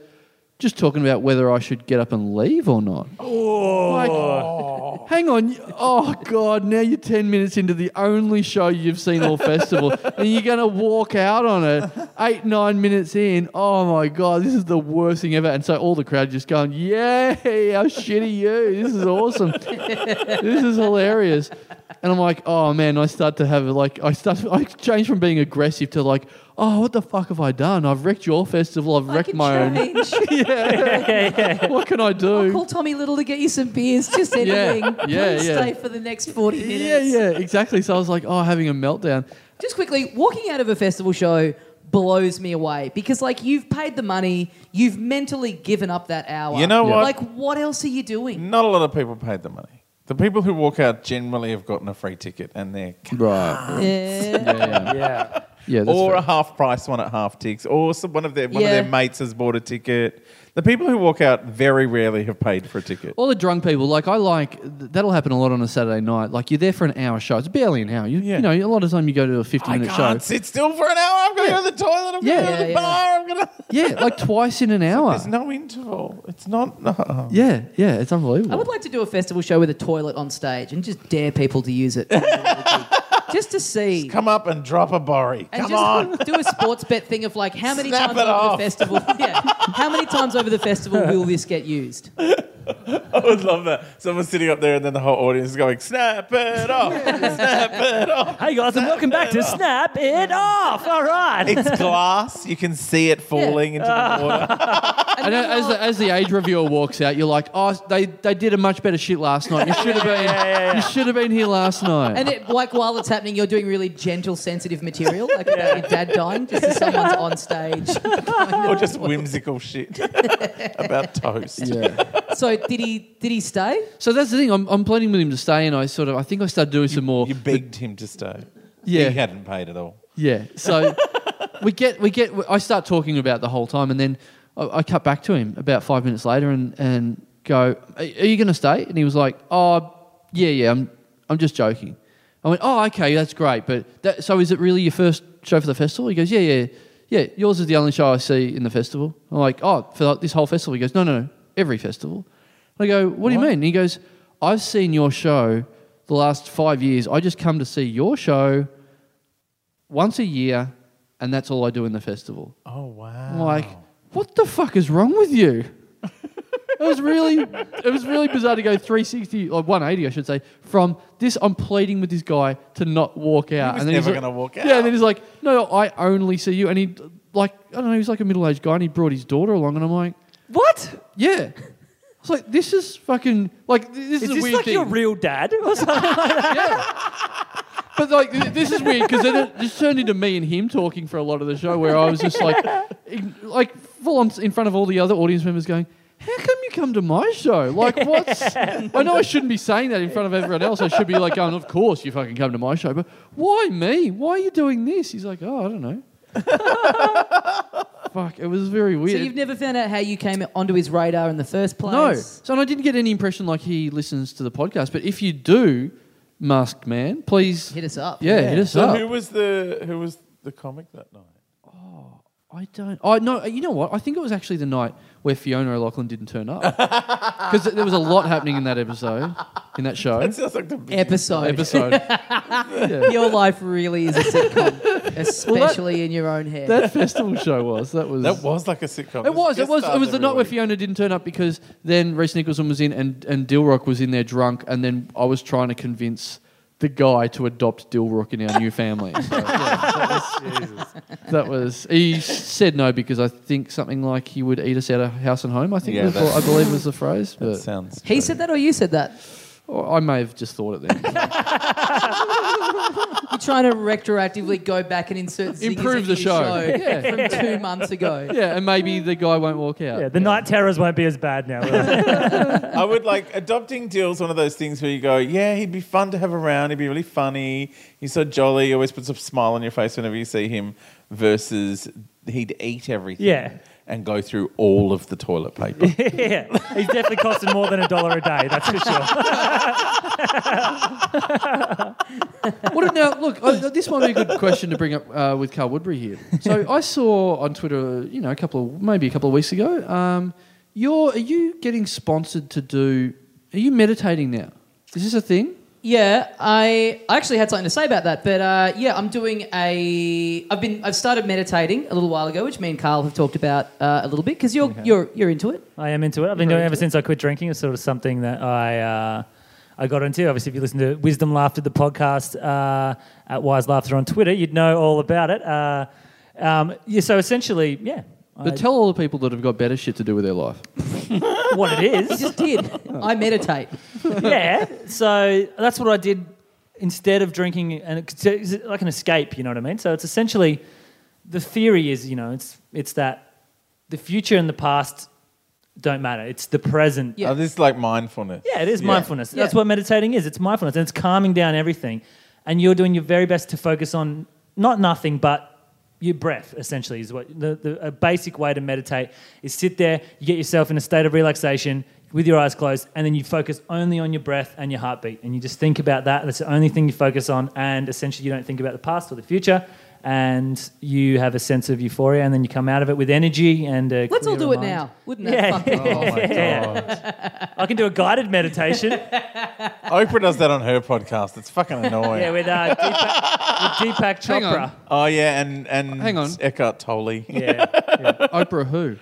Speaker 2: just talking about whether I should get up and leave or not. Like, hang on. you- Oh, God. Now you're 10 minutes into the only show you've seen all festival, and you're going to walk out on it eight, nine minutes in. Oh, my God. This is the worst thing ever. And so all the crowd just going, Yay, how shitty you. This is awesome. this is hilarious. And I'm like, oh man, I start to have like I start I change from being aggressive to like, oh what the fuck have I done? I've wrecked your festival, I've wrecked
Speaker 1: Fucking
Speaker 2: my own.
Speaker 1: change.
Speaker 2: What can I do?
Speaker 1: Call Tommy Little to get you some beers, just anything.
Speaker 2: yeah,
Speaker 1: Please
Speaker 2: yeah.
Speaker 1: stay for the next 40 minutes.
Speaker 2: Yeah, yeah, exactly. So I was like, oh, having a meltdown.
Speaker 1: Just quickly, walking out of a festival show blows me away because, like, you've paid the money, you've mentally given up that hour.
Speaker 4: You know
Speaker 2: Yeah.
Speaker 4: what?
Speaker 1: Like, what else are you doing?
Speaker 4: Not a lot of people paid the money. The people who walk out generally have gotten a free ticket and they're
Speaker 2: Right.
Speaker 4: Mm.
Speaker 1: Yeah.
Speaker 2: Yeah, yeah.
Speaker 3: Yeah.
Speaker 2: yeah that's
Speaker 4: or
Speaker 2: fair.
Speaker 4: a half price one at half ticks, or some, one of their one of
Speaker 1: Yeah.
Speaker 4: their mates has bought a ticket. The people who walk out very rarely have paid for a ticket.
Speaker 2: All the drunk people, like I like, th- that'll happen a lot on a Saturday night. Like you're there for an hour show. It's barely an hour. You,
Speaker 4: Yeah.
Speaker 2: you know, a lot of time you go to a 50
Speaker 4: I
Speaker 2: minute
Speaker 4: can't
Speaker 2: show.
Speaker 4: sit still for an hour. I'm going to go to the toilet. I'm
Speaker 2: Yeah.
Speaker 4: going to go to
Speaker 1: Yeah,
Speaker 4: the
Speaker 1: yeah.
Speaker 4: bar. I'm going to.
Speaker 2: Yeah, like twice in an hour.
Speaker 4: There's no interval. It's not. No.
Speaker 2: yeah, yeah, it's unbelievable.
Speaker 1: I would like to do a festival show with a toilet on stage and just dare people to use it. just to see.
Speaker 4: Come up and drop a borry.
Speaker 1: and
Speaker 4: Come
Speaker 1: just
Speaker 4: on.
Speaker 1: do a sports bet thing of like how many
Speaker 4: Snap
Speaker 1: times
Speaker 4: it
Speaker 1: over
Speaker 4: off.
Speaker 1: the festival yeah, how many times over the festival will this get used?
Speaker 4: I would love that. Someone's sitting up there, and then the whole audience is going, "Snap it off! Snap it off!"
Speaker 3: Hey guys, and welcome back to Snap It Off. All right.
Speaker 4: It's glass. You can see it falling into the water.
Speaker 2: And a- as the, as the age reviewer walks out, you're like, oh, they, they did a much better shit last night. You should have been you should have been here last night.
Speaker 1: And it, like while it's happening, you're doing really gentle, sensitive material, like about your dad dying, just as someone's on stage.
Speaker 4: or just whimsical shit about toast.
Speaker 2: yeah.
Speaker 1: So did he? Did he stay?
Speaker 2: So that's the thing. I'm, I'm planning with him to stay, and I sort of I think I started doing some more.
Speaker 4: You begged him to stay.
Speaker 2: Yeah.
Speaker 4: He hadn't paid at all.
Speaker 2: Yeah. So we get we get I start talking about the whole time, and then I, I cut back to him about five minutes later, and and go, "Are, are you going to stay?" And he was like, "Oh, yeah, yeah. I'm I'm just joking." I went, "Oh, okay, that's great, but that, so is it really your first show for the festival?" He goes, "Yeah, yeah, yeah. Yours is the only show I see in the festival." I'm like, "Oh, for this whole festival?" He goes, "No, no, no. Every festival." And I go, what, do you mean? And he goes, I've seen your show the last five years. I just come to see your show once a year, and that's all I do in the festival.
Speaker 4: Oh wow.
Speaker 2: I'm like, what the fuck is wrong with you? it was really, it was really bizarre to go 360 or 180, I should say, from this. I'm pleading with this guy to not walk out.
Speaker 4: was
Speaker 2: and then he's
Speaker 4: never
Speaker 2: like-
Speaker 4: gonna walk
Speaker 2: Yeah,
Speaker 4: out.
Speaker 2: and then he's like, no, I only see you. And he, like, I don't know, he's like a middle-aged guy, and he brought his daughter along, and I'm like,
Speaker 3: What?
Speaker 2: yeah. I was like, this is fucking like this is,
Speaker 3: Is
Speaker 2: a
Speaker 3: this
Speaker 2: weird
Speaker 3: like
Speaker 2: thing.
Speaker 3: your real dad? Or something?
Speaker 2: yeah. But like th- this is weird because then it just turned into me and him talking for a lot of the show, where I was just like, in- like full on s- in front of all the other audience members, going, "How come you come to my show? Like, what's?" I know I shouldn't be saying that in front of everyone else. I should be like, "Going, of course you fucking come to my show, but why me? Why are you doing this?" He's like, "Oh, I don't know." Fuck, it was very
Speaker 1: So
Speaker 2: weird.
Speaker 1: you've never found out how you came onto his radar in the first
Speaker 2: No.
Speaker 1: place.
Speaker 2: So and I didn't get any impression like he listens to the podcast. But if you do, Masked Man, please
Speaker 1: Hit us up.
Speaker 2: Yeah, hit us
Speaker 4: So
Speaker 2: up.
Speaker 4: who was the who was the comic that night?
Speaker 2: I don't. I no. You know what? I think it was actually the night where Fiona O'Loughlin didn't turn up because there was a lot happening in that episode, in that show
Speaker 4: That sounds like the biggest-
Speaker 1: Episode.
Speaker 2: episode.
Speaker 1: Your life really is a sitcom, especially in your own head.
Speaker 2: that festival show was. That was.
Speaker 4: That was like a sitcom.
Speaker 2: It was. It
Speaker 4: Guest
Speaker 2: was. It
Speaker 4: stars
Speaker 2: was the
Speaker 4: every
Speaker 2: night where
Speaker 4: week.
Speaker 2: Fiona didn't turn up because then Reese Nicholson was in and and Dilrock was in there drunk, and then I was trying to convince the guy to adopt Dilrock in our new family. So, yeah, that, was, that was- He said no because I think something like he would eat us out of house and home. I think
Speaker 4: Yeah,
Speaker 2: was-
Speaker 4: that's-
Speaker 2: I believe was the phrase.
Speaker 4: That
Speaker 2: But
Speaker 4: sounds.
Speaker 1: he said that or you said that?
Speaker 2: or I may have just thought it then.
Speaker 1: You're trying to retroactively go back and insert zingers
Speaker 2: Improve
Speaker 1: in
Speaker 2: the
Speaker 1: your
Speaker 2: show. Yeah.
Speaker 1: from two months ago.
Speaker 2: yeah, and maybe the guy won't walk out.
Speaker 3: Yeah, the night terrors won't be as bad now. will they?
Speaker 4: I would like adopting Dill's one of those things where you go, yeah, he'd be fun to have around. He'd be really funny. He's so jolly. He always puts a smile on your face whenever you see him. Versus he'd eat everything.
Speaker 3: Yeah.
Speaker 4: And go through all of the toilet paper.
Speaker 3: yeah, he's definitely costing more than a dollar a day. That's for sure.
Speaker 2: What if now? Look, I, this might be a good question to bring up uh, with Carl Woodbury here. So I saw on Twitter, you know, a couple of maybe a couple of weeks ago. Um, you're are you getting sponsored to do? Are you meditating now? Is this a thing?
Speaker 1: Yeah, I I actually had something to say about that, but uh, yeah, I'm doing a. I've been I've started meditating a little while ago, which me and Carl have talked about uh, a little bit because you're you're you're into it.
Speaker 3: I am into it. I've been doing it ever since I quit drinking. It's sort of something that I uh, I got into. Obviously, if you listen to Wisdom Laughter, the podcast uh, at Wise Laughter on Twitter, you'd know all about it. Uh, um, yeah, so essentially, yeah, I-
Speaker 2: But tell all the people that have got better shit to do with their life.
Speaker 3: what it is.
Speaker 1: Just did I meditate?
Speaker 3: yeah. So that's what I did instead of drinking, and it's it's like an escape. You know what I mean? So it's essentially the theory is, you know, it's it's that the future and the past don't matter. It's the present.
Speaker 1: Yeah.
Speaker 4: Oh, this is like mindfulness.
Speaker 3: Yeah, it is
Speaker 4: Yeah.
Speaker 3: mindfulness. That's
Speaker 1: Yeah.
Speaker 3: what meditating is. It's mindfulness, and it's calming down everything. And you're doing your very best to focus on not nothing, but your breath. Essentially, is what the, the a basic way to meditate is. Sit there, you get yourself in a state of relaxation with your eyes closed, and then you focus only on your breath and your heartbeat, and you just think about that. That's the only thing you focus on, and essentially, you don't think about the past or the future. And you have a sense of euphoria, and then you come out of it with energy and. A
Speaker 1: Let's all
Speaker 3: clearer
Speaker 1: do it
Speaker 3: mind.
Speaker 1: now, wouldn't that?
Speaker 3: Yeah.
Speaker 1: fucking-
Speaker 3: I can do a guided meditation.
Speaker 4: Oprah does that on her podcast. It's fucking annoying.
Speaker 3: Yeah, with, uh, Deepak, with Deepak
Speaker 2: Hang on.
Speaker 3: Chopra.
Speaker 4: oh yeah, and and
Speaker 2: Hang on.
Speaker 4: Eckhart Tolle.
Speaker 3: Yeah.
Speaker 2: Oprah who?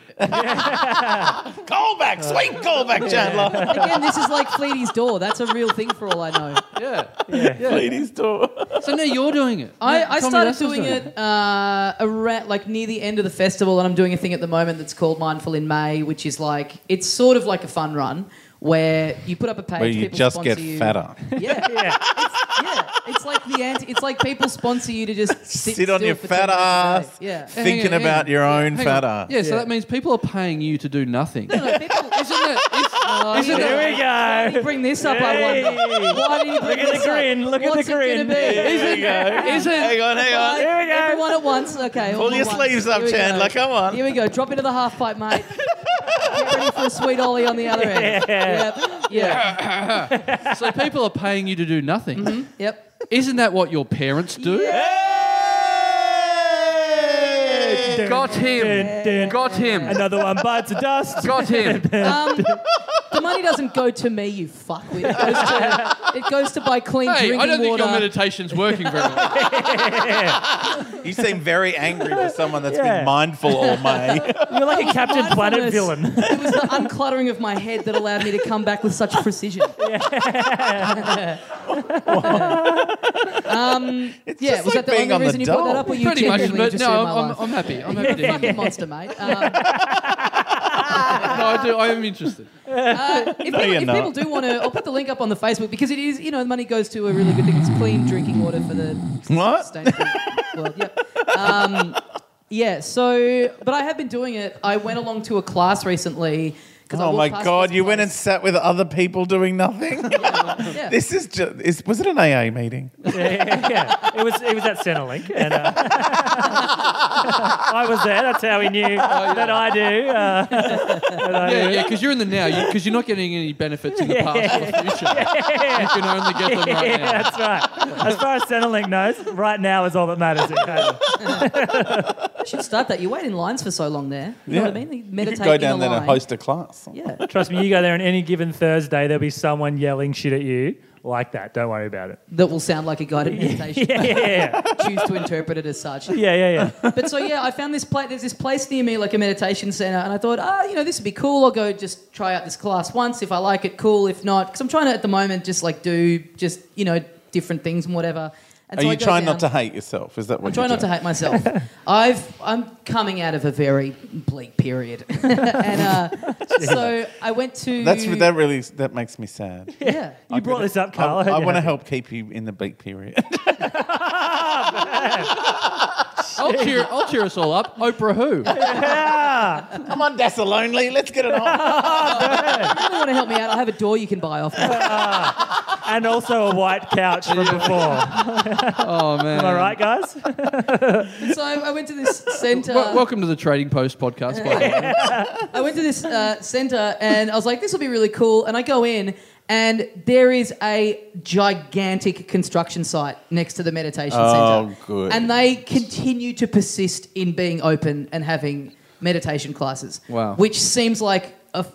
Speaker 1: Uh,
Speaker 4: Callback, sweet callback, Chandler.
Speaker 1: Again, this is like Fleety's door. That's a real thing for all I know.
Speaker 2: Yeah.
Speaker 4: Ladies' door.
Speaker 2: So now you're doing it.
Speaker 1: I, I
Speaker 2: Tommy
Speaker 1: started
Speaker 2: Russell's
Speaker 1: doing it uh, around, like near the end of the festival, and I'm doing a thing at the moment that's called Mindful in May, which is like it's sort of like a fun run where you put up a page,
Speaker 4: Where you
Speaker 1: people
Speaker 4: just
Speaker 1: sponsor
Speaker 4: get
Speaker 1: you.
Speaker 4: fatter.
Speaker 1: Yeah, It's, yeah. It's like the anti. It's like people sponsor you to just sit,
Speaker 4: Sit on
Speaker 1: still
Speaker 4: your
Speaker 1: for
Speaker 4: fat
Speaker 1: 10 minutes
Speaker 4: ass.
Speaker 1: a day. Yeah.
Speaker 2: Hang
Speaker 4: Thinking
Speaker 2: on, hang
Speaker 4: about
Speaker 2: on.
Speaker 4: your own
Speaker 2: Hang on.
Speaker 4: fat ass.
Speaker 2: Yeah, so that means people are paying you to do nothing.
Speaker 1: No, people,
Speaker 2: Isn't it? It's, isn't it?
Speaker 3: There we go.
Speaker 1: oh, bring this up. I wonder. Why do you bring
Speaker 3: Look at
Speaker 1: this
Speaker 3: the
Speaker 1: up?
Speaker 3: grin. Look at
Speaker 1: What's
Speaker 3: the
Speaker 1: it gonna
Speaker 3: grin.
Speaker 1: be?
Speaker 2: Isn't it? Isn't
Speaker 4: Hang on, hang on.
Speaker 3: Here we go.
Speaker 1: Everyone at once. Okay. all
Speaker 4: Pull
Speaker 1: at
Speaker 4: your
Speaker 1: once.
Speaker 4: sleeves up,
Speaker 1: Here we go.
Speaker 4: Chandler. Come on.
Speaker 1: Here we go. Drop into the half pipe, mate. Get ready for a sweet ollie on the other end. Yep. Yeah.
Speaker 2: So people are paying you to do nothing.
Speaker 1: Yep.
Speaker 2: Isn't that what your parents do?
Speaker 4: Hey!
Speaker 2: Got him. Got him.
Speaker 3: Another one bites the dust.
Speaker 2: Got him.
Speaker 1: Um, the money doesn't go to me, you fuckwit. It goes to, it goes to buy clean
Speaker 2: Hey,
Speaker 1: drinking
Speaker 2: I don't think
Speaker 1: water.
Speaker 2: your meditation's working very well.
Speaker 4: You seem very angry with someone that's
Speaker 3: Yeah.
Speaker 4: been mindful all May.
Speaker 3: You're like a Captain Planet
Speaker 1: Mindfulness.
Speaker 3: villain.
Speaker 1: It was the uncluttering of my head that allowed me to come back with such precision. um, yeah,
Speaker 4: just
Speaker 1: was that
Speaker 4: like
Speaker 1: the
Speaker 4: being
Speaker 1: only
Speaker 4: on the
Speaker 1: reason you brought that
Speaker 4: dole.
Speaker 1: up, or you
Speaker 2: Pretty much.
Speaker 1: genuinely
Speaker 2: But
Speaker 1: just
Speaker 2: no,
Speaker 1: in my
Speaker 2: I'm, I'm,
Speaker 1: life?
Speaker 2: I'm happy. I'm
Speaker 1: You're
Speaker 2: happy.
Speaker 1: a
Speaker 2: to hear.
Speaker 1: fucking monster, mate. Um,
Speaker 2: No, I do. I am interested.
Speaker 1: if, people,
Speaker 4: you're
Speaker 1: if
Speaker 4: not.
Speaker 1: people do want to, I'll put the link up on the Facebook because it is, you know, the money goes to a really good thing. It's clean drinking water for the
Speaker 4: What?
Speaker 1: sustainable world. Yep. Um, yeah. So, but I have been doing it. I went along to a class recently. 'cause I
Speaker 4: Oh
Speaker 1: walked
Speaker 4: my
Speaker 1: past
Speaker 4: God,
Speaker 1: this
Speaker 4: you went and
Speaker 1: place.
Speaker 4: sat with other people doing nothing?
Speaker 1: Yeah.
Speaker 4: This is just, is, was it an AA meeting?
Speaker 3: yeah, yeah, yeah. It was it was at Centrelink, and uh, I was there. That's how he knew that I do. Uh, that I
Speaker 2: Yeah,
Speaker 3: do.
Speaker 2: yeah, because you're in the now. Because you, are not getting any benefits in the past or future. You can only get them right
Speaker 3: Yeah,
Speaker 2: now.
Speaker 3: that's right. As far as Centrelink knows, right now is all that matters. in Canada.
Speaker 1: I should start that. You wait in lines for so long there. You know what I mean? You
Speaker 4: You
Speaker 1: meditate
Speaker 4: could go
Speaker 1: in
Speaker 4: down
Speaker 1: a
Speaker 4: there
Speaker 1: line.
Speaker 4: and host a class.
Speaker 1: Yeah.
Speaker 3: Trust me, you go there on any given Thursday, there'll be someone yelling shit at you like that. Don't worry about it.
Speaker 1: That will sound like a guided meditation.
Speaker 3: Yeah, yeah, yeah.
Speaker 1: Choose to interpret it as such.
Speaker 3: Yeah, yeah, yeah.
Speaker 1: But so yeah, I found this place. There's this place near me, like a meditation center, and I thought, ah, you know, this would be cool. I'll go just try out this class once. If I like it, cool. If not, because I'm trying to at the moment just like do just you know different things and whatever. And
Speaker 4: Are
Speaker 1: so I
Speaker 4: you
Speaker 1: go
Speaker 4: trying not to
Speaker 1: down.
Speaker 4: hate yourself? Is that what
Speaker 1: I'm trying
Speaker 4: you're
Speaker 1: not to hate myself. I've I'm coming out of a very bleak period, and uh, so I went to
Speaker 4: That's that really that makes me sad.
Speaker 1: yeah.
Speaker 3: You brought this up, Carl.
Speaker 4: I, I
Speaker 3: Yeah.
Speaker 4: want to help keep you in the bleak period.
Speaker 2: I'll cheer, I'll cheer us all up. Oprah who?
Speaker 4: Come on, that's a lonely. Let's get it on.
Speaker 1: If you want to help me out, I have a door you can buy off. me.
Speaker 3: And also a white couch from before.
Speaker 2: Oh man!
Speaker 3: Am I right, guys?
Speaker 1: so I, I went to this center.
Speaker 2: Wel- welcome to the Trading Post podcast. By the way.
Speaker 1: I went to this uh, center and I was like, this will be really cool. And I go in, and there is a gigantic construction site next to the meditation
Speaker 4: Oh,
Speaker 1: center.
Speaker 4: good.
Speaker 1: And they continue to persist in being open and having meditation classes.
Speaker 2: Wow.
Speaker 1: Which seems like a. f-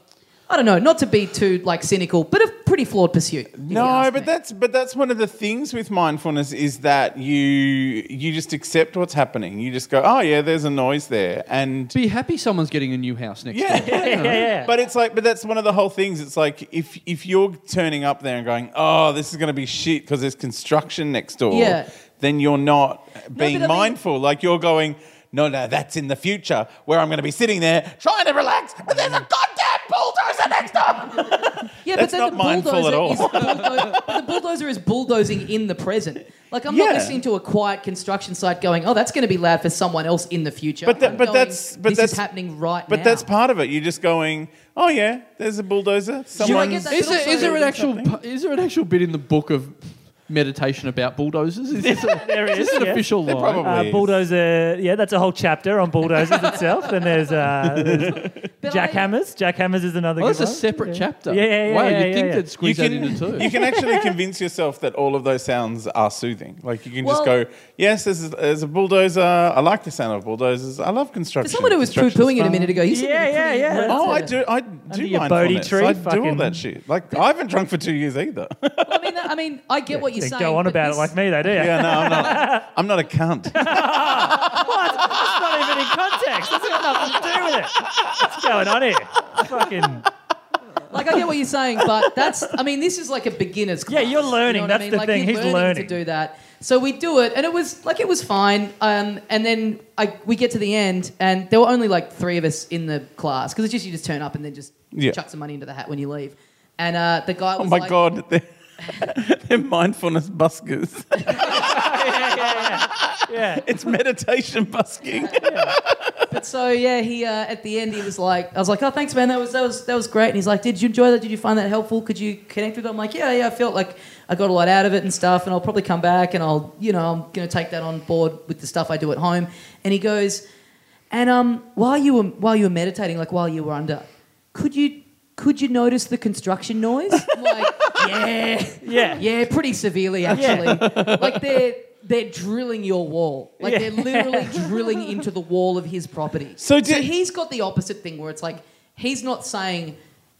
Speaker 1: I don't know, not to be too like cynical, but a pretty flawed pursuit. if you
Speaker 4: No,
Speaker 1: ask
Speaker 4: but
Speaker 1: me.
Speaker 4: that's but that's one of the things with mindfulness is that you you just accept what's happening. You just go, oh yeah, there's a noise there, and
Speaker 2: Be happy someone's getting a new house next
Speaker 4: yeah,
Speaker 2: year.
Speaker 3: Yeah, yeah.
Speaker 4: But it's like, but that's one of the whole things. It's like if if you're turning up there and going, oh, this is going to be shit because there's construction next door.
Speaker 1: Yeah.
Speaker 4: Then you're not being
Speaker 1: but I mean-
Speaker 4: mindful. like you're going, no, no, that's in the future where I'm going to be sitting there trying to relax, but there's a goddamn bulldozer next door.
Speaker 1: yeah,
Speaker 4: that's
Speaker 1: but then
Speaker 4: not
Speaker 1: the
Speaker 4: mindful at
Speaker 1: bulldozer
Speaker 4: all.
Speaker 1: Is bulldo- but the bulldozer is bulldozing in the present. Like I'm
Speaker 4: Yeah.
Speaker 1: not listening to a quiet construction site going, "Oh, that's going to be loud for someone else in the future."
Speaker 4: But that-
Speaker 1: I'm
Speaker 4: but
Speaker 1: going,
Speaker 4: that's- but
Speaker 1: this
Speaker 4: that's-
Speaker 1: is happening right
Speaker 4: But
Speaker 1: now.
Speaker 4: that's part of it. You're just going, oh yeah, there's a bulldozer. Someone.
Speaker 1: get that-
Speaker 2: Is there, is there an
Speaker 1: Also-
Speaker 2: actual pu- is there an actual bit in the book of meditation about bulldozers? Is this, a,
Speaker 3: There
Speaker 2: is
Speaker 3: is.
Speaker 2: this an
Speaker 3: yeah.
Speaker 2: official
Speaker 4: There
Speaker 2: line?
Speaker 4: probably
Speaker 3: Uh,
Speaker 4: is.
Speaker 3: bulldozer, yeah, that's a whole chapter on bulldozers itself. And there's, uh, there's
Speaker 1: But I-
Speaker 3: jackhammers. Jackhammers is another
Speaker 2: Oh,
Speaker 3: good
Speaker 2: that's a
Speaker 3: one.
Speaker 2: separate chapter.
Speaker 3: Yeah, yeah, yeah,
Speaker 2: Wow,
Speaker 3: yeah,
Speaker 2: you'd
Speaker 3: yeah,
Speaker 2: think
Speaker 3: yeah.
Speaker 2: they'd squeeze that into two.
Speaker 4: you can actually convince yourself that all of those sounds are soothing. Like you can just
Speaker 1: Well-
Speaker 4: go, yes, this is, there's a bulldozer. I like the sound of bulldozers. I love
Speaker 1: For
Speaker 4: construction.
Speaker 1: someone who was poo
Speaker 4: Construction's
Speaker 1: pooing it a
Speaker 4: fun.
Speaker 1: minute ago, you seem to be
Speaker 3: Yeah, yeah,
Speaker 1: pretty
Speaker 3: yeah.
Speaker 1: well
Speaker 4: Oh, I
Speaker 1: into it.
Speaker 4: do. I do
Speaker 3: your Bodhi
Speaker 4: mindfulness.
Speaker 3: tree,
Speaker 4: I do all
Speaker 3: fucking-
Speaker 4: that shit. Like I haven't drunk for two years either.
Speaker 1: Well, I mean, that- I mean, I get what you're
Speaker 3: They
Speaker 1: saying.
Speaker 3: go on
Speaker 1: but
Speaker 3: about
Speaker 1: this-
Speaker 3: it like me, they do. Yeah.
Speaker 4: yeah, no, I'm not. I'm not a cunt.
Speaker 3: It's not even in context. That's got nothing to do with it. What's going on here? Fucking.
Speaker 1: Like I get what you're saying, but that's. I mean, this is like a beginner's class.
Speaker 3: Yeah, you're learning.
Speaker 1: what
Speaker 3: That's the
Speaker 1: like,
Speaker 3: thing.
Speaker 1: You're
Speaker 3: He's
Speaker 1: learning,
Speaker 3: learning.
Speaker 1: to do that. So we do it, and it was like it was fine. Um, and then I we get to the end, and there were only like three of us in the class because it's just you just turn up and then just
Speaker 4: Yeah.
Speaker 1: chuck some money into the hat when you leave. And uh, the guy
Speaker 4: Oh
Speaker 1: was
Speaker 4: my
Speaker 1: like,
Speaker 4: god, they're, they're mindfulness buskers.
Speaker 3: Yeah.
Speaker 4: It's meditation busking.
Speaker 1: But so yeah, he uh, at the end he was like, I was like, oh thanks man, that was that was that was great. And he's like, did you enjoy that? Did you find that helpful? Could you connect with it? I'm like, yeah, yeah, I felt like I got a lot out of it and stuff, and I'll probably come back and I'll you know I'm gonna take that on board with the stuff I do at home. And he goes, and um while you were while you were meditating, like while you were under, could you could you notice the construction noise? I'm like, yeah,
Speaker 3: Yeah.
Speaker 1: yeah, pretty severely actually. like they're they're drilling your wall. Like they're literally drilling into the wall of his property.
Speaker 4: So did-
Speaker 1: he's got the opposite thing where it's like he's not saying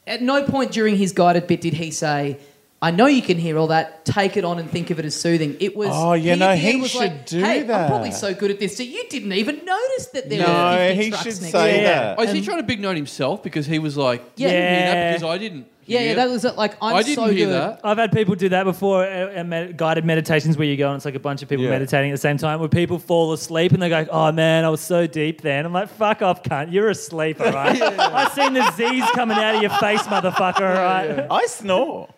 Speaker 1: at no point during his guided bit did he say I know you can hear all that. Take it on and think of it as soothing. It was.
Speaker 4: Oh, yeah,
Speaker 1: at
Speaker 4: no,
Speaker 1: the
Speaker 4: he
Speaker 1: end was
Speaker 4: should
Speaker 1: like,
Speaker 4: do
Speaker 1: hey, I'm probably
Speaker 4: that."
Speaker 1: so good at this that you didn't even notice that there were
Speaker 4: No,
Speaker 1: 50
Speaker 4: he
Speaker 1: trucks
Speaker 4: should
Speaker 1: next
Speaker 4: say
Speaker 1: door."
Speaker 4: that.
Speaker 2: oh, is he trying to big note himself because he was like,
Speaker 1: Yeah.
Speaker 2: "You didn't hear that
Speaker 3: Yeah.
Speaker 2: because I didn't.
Speaker 1: Yeah,
Speaker 2: hear
Speaker 1: yeah,
Speaker 2: it."
Speaker 1: that was it. Like I'm
Speaker 2: I didn't
Speaker 1: so
Speaker 2: hear
Speaker 1: good.
Speaker 2: that.
Speaker 3: I've had people do that before, uh, uh, med- guided meditations where you go and it's like a bunch of people
Speaker 4: Yeah.
Speaker 3: meditating at the same time, where people fall asleep and they go, "Oh man, I was so deep then." I'm like, "Fuck off, cunt! You're asleep, all right? I've seen the Z's coming out of your face, motherfucker, all right?
Speaker 4: I snore.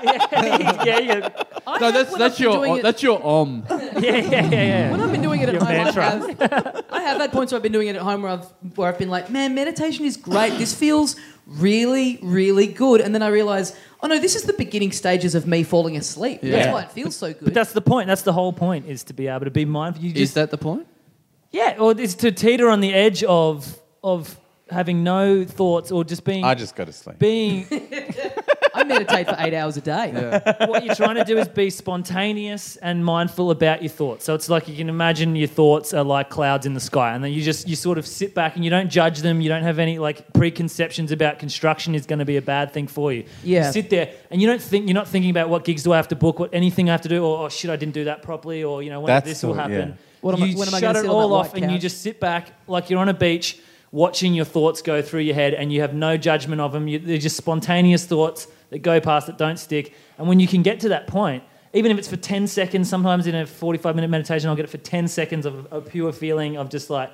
Speaker 3: Yeah, yeah, yeah,
Speaker 1: I
Speaker 2: No,
Speaker 1: have when I've
Speaker 2: that's that's
Speaker 1: been
Speaker 2: your
Speaker 1: doing
Speaker 2: om-
Speaker 1: it-
Speaker 2: that's your om.
Speaker 3: yeah, yeah, yeah,
Speaker 1: When I've been doing it at
Speaker 3: Your
Speaker 1: home, I
Speaker 3: mantra.
Speaker 1: have, I have had points where I've been doing it at home where I've where I've been like, man, meditation is great. This feels really, really good. And then I realise, oh no, this is the beginning stages of me falling asleep.
Speaker 2: Yeah.
Speaker 1: That's why it feels so good.
Speaker 3: That's the point. That's the whole point is to be able to be mindful. You
Speaker 2: Is
Speaker 3: just
Speaker 2: that the point?
Speaker 3: Yeah, or it's to teeter on the edge of of having no thoughts or just being
Speaker 4: I just go to sleep.
Speaker 3: being
Speaker 1: I meditate for eight hours a day.
Speaker 3: what you're trying to do is be spontaneous and mindful about your thoughts. So it's like you can imagine your thoughts are like clouds in the sky, and then you just you sort of sit back and you don't judge them. You don't have any like preconceptions about construction is going to be a bad thing for you.
Speaker 1: Yeah.
Speaker 3: You sit there and you don't think you're not thinking about what gigs do I have to book, what anything I have to do, or oh shit, I didn't do that properly, or you know when
Speaker 4: That's
Speaker 3: this
Speaker 4: the-
Speaker 3: will happen.
Speaker 4: yeah.
Speaker 1: What am I-
Speaker 3: you
Speaker 1: when am I
Speaker 3: shut
Speaker 1: gonna
Speaker 3: it
Speaker 1: sit on that
Speaker 3: all
Speaker 1: white
Speaker 3: off and you
Speaker 1: couch?
Speaker 3: just sit back like you're on a beach watching your thoughts go through your head and you have no judgment of them. You, they're just spontaneous thoughts that go past that don't stick. And when you can get to that point, even if it's for 10 seconds, sometimes in a 45 minute meditation, I'll get it for 10 seconds of a pure feeling of just like,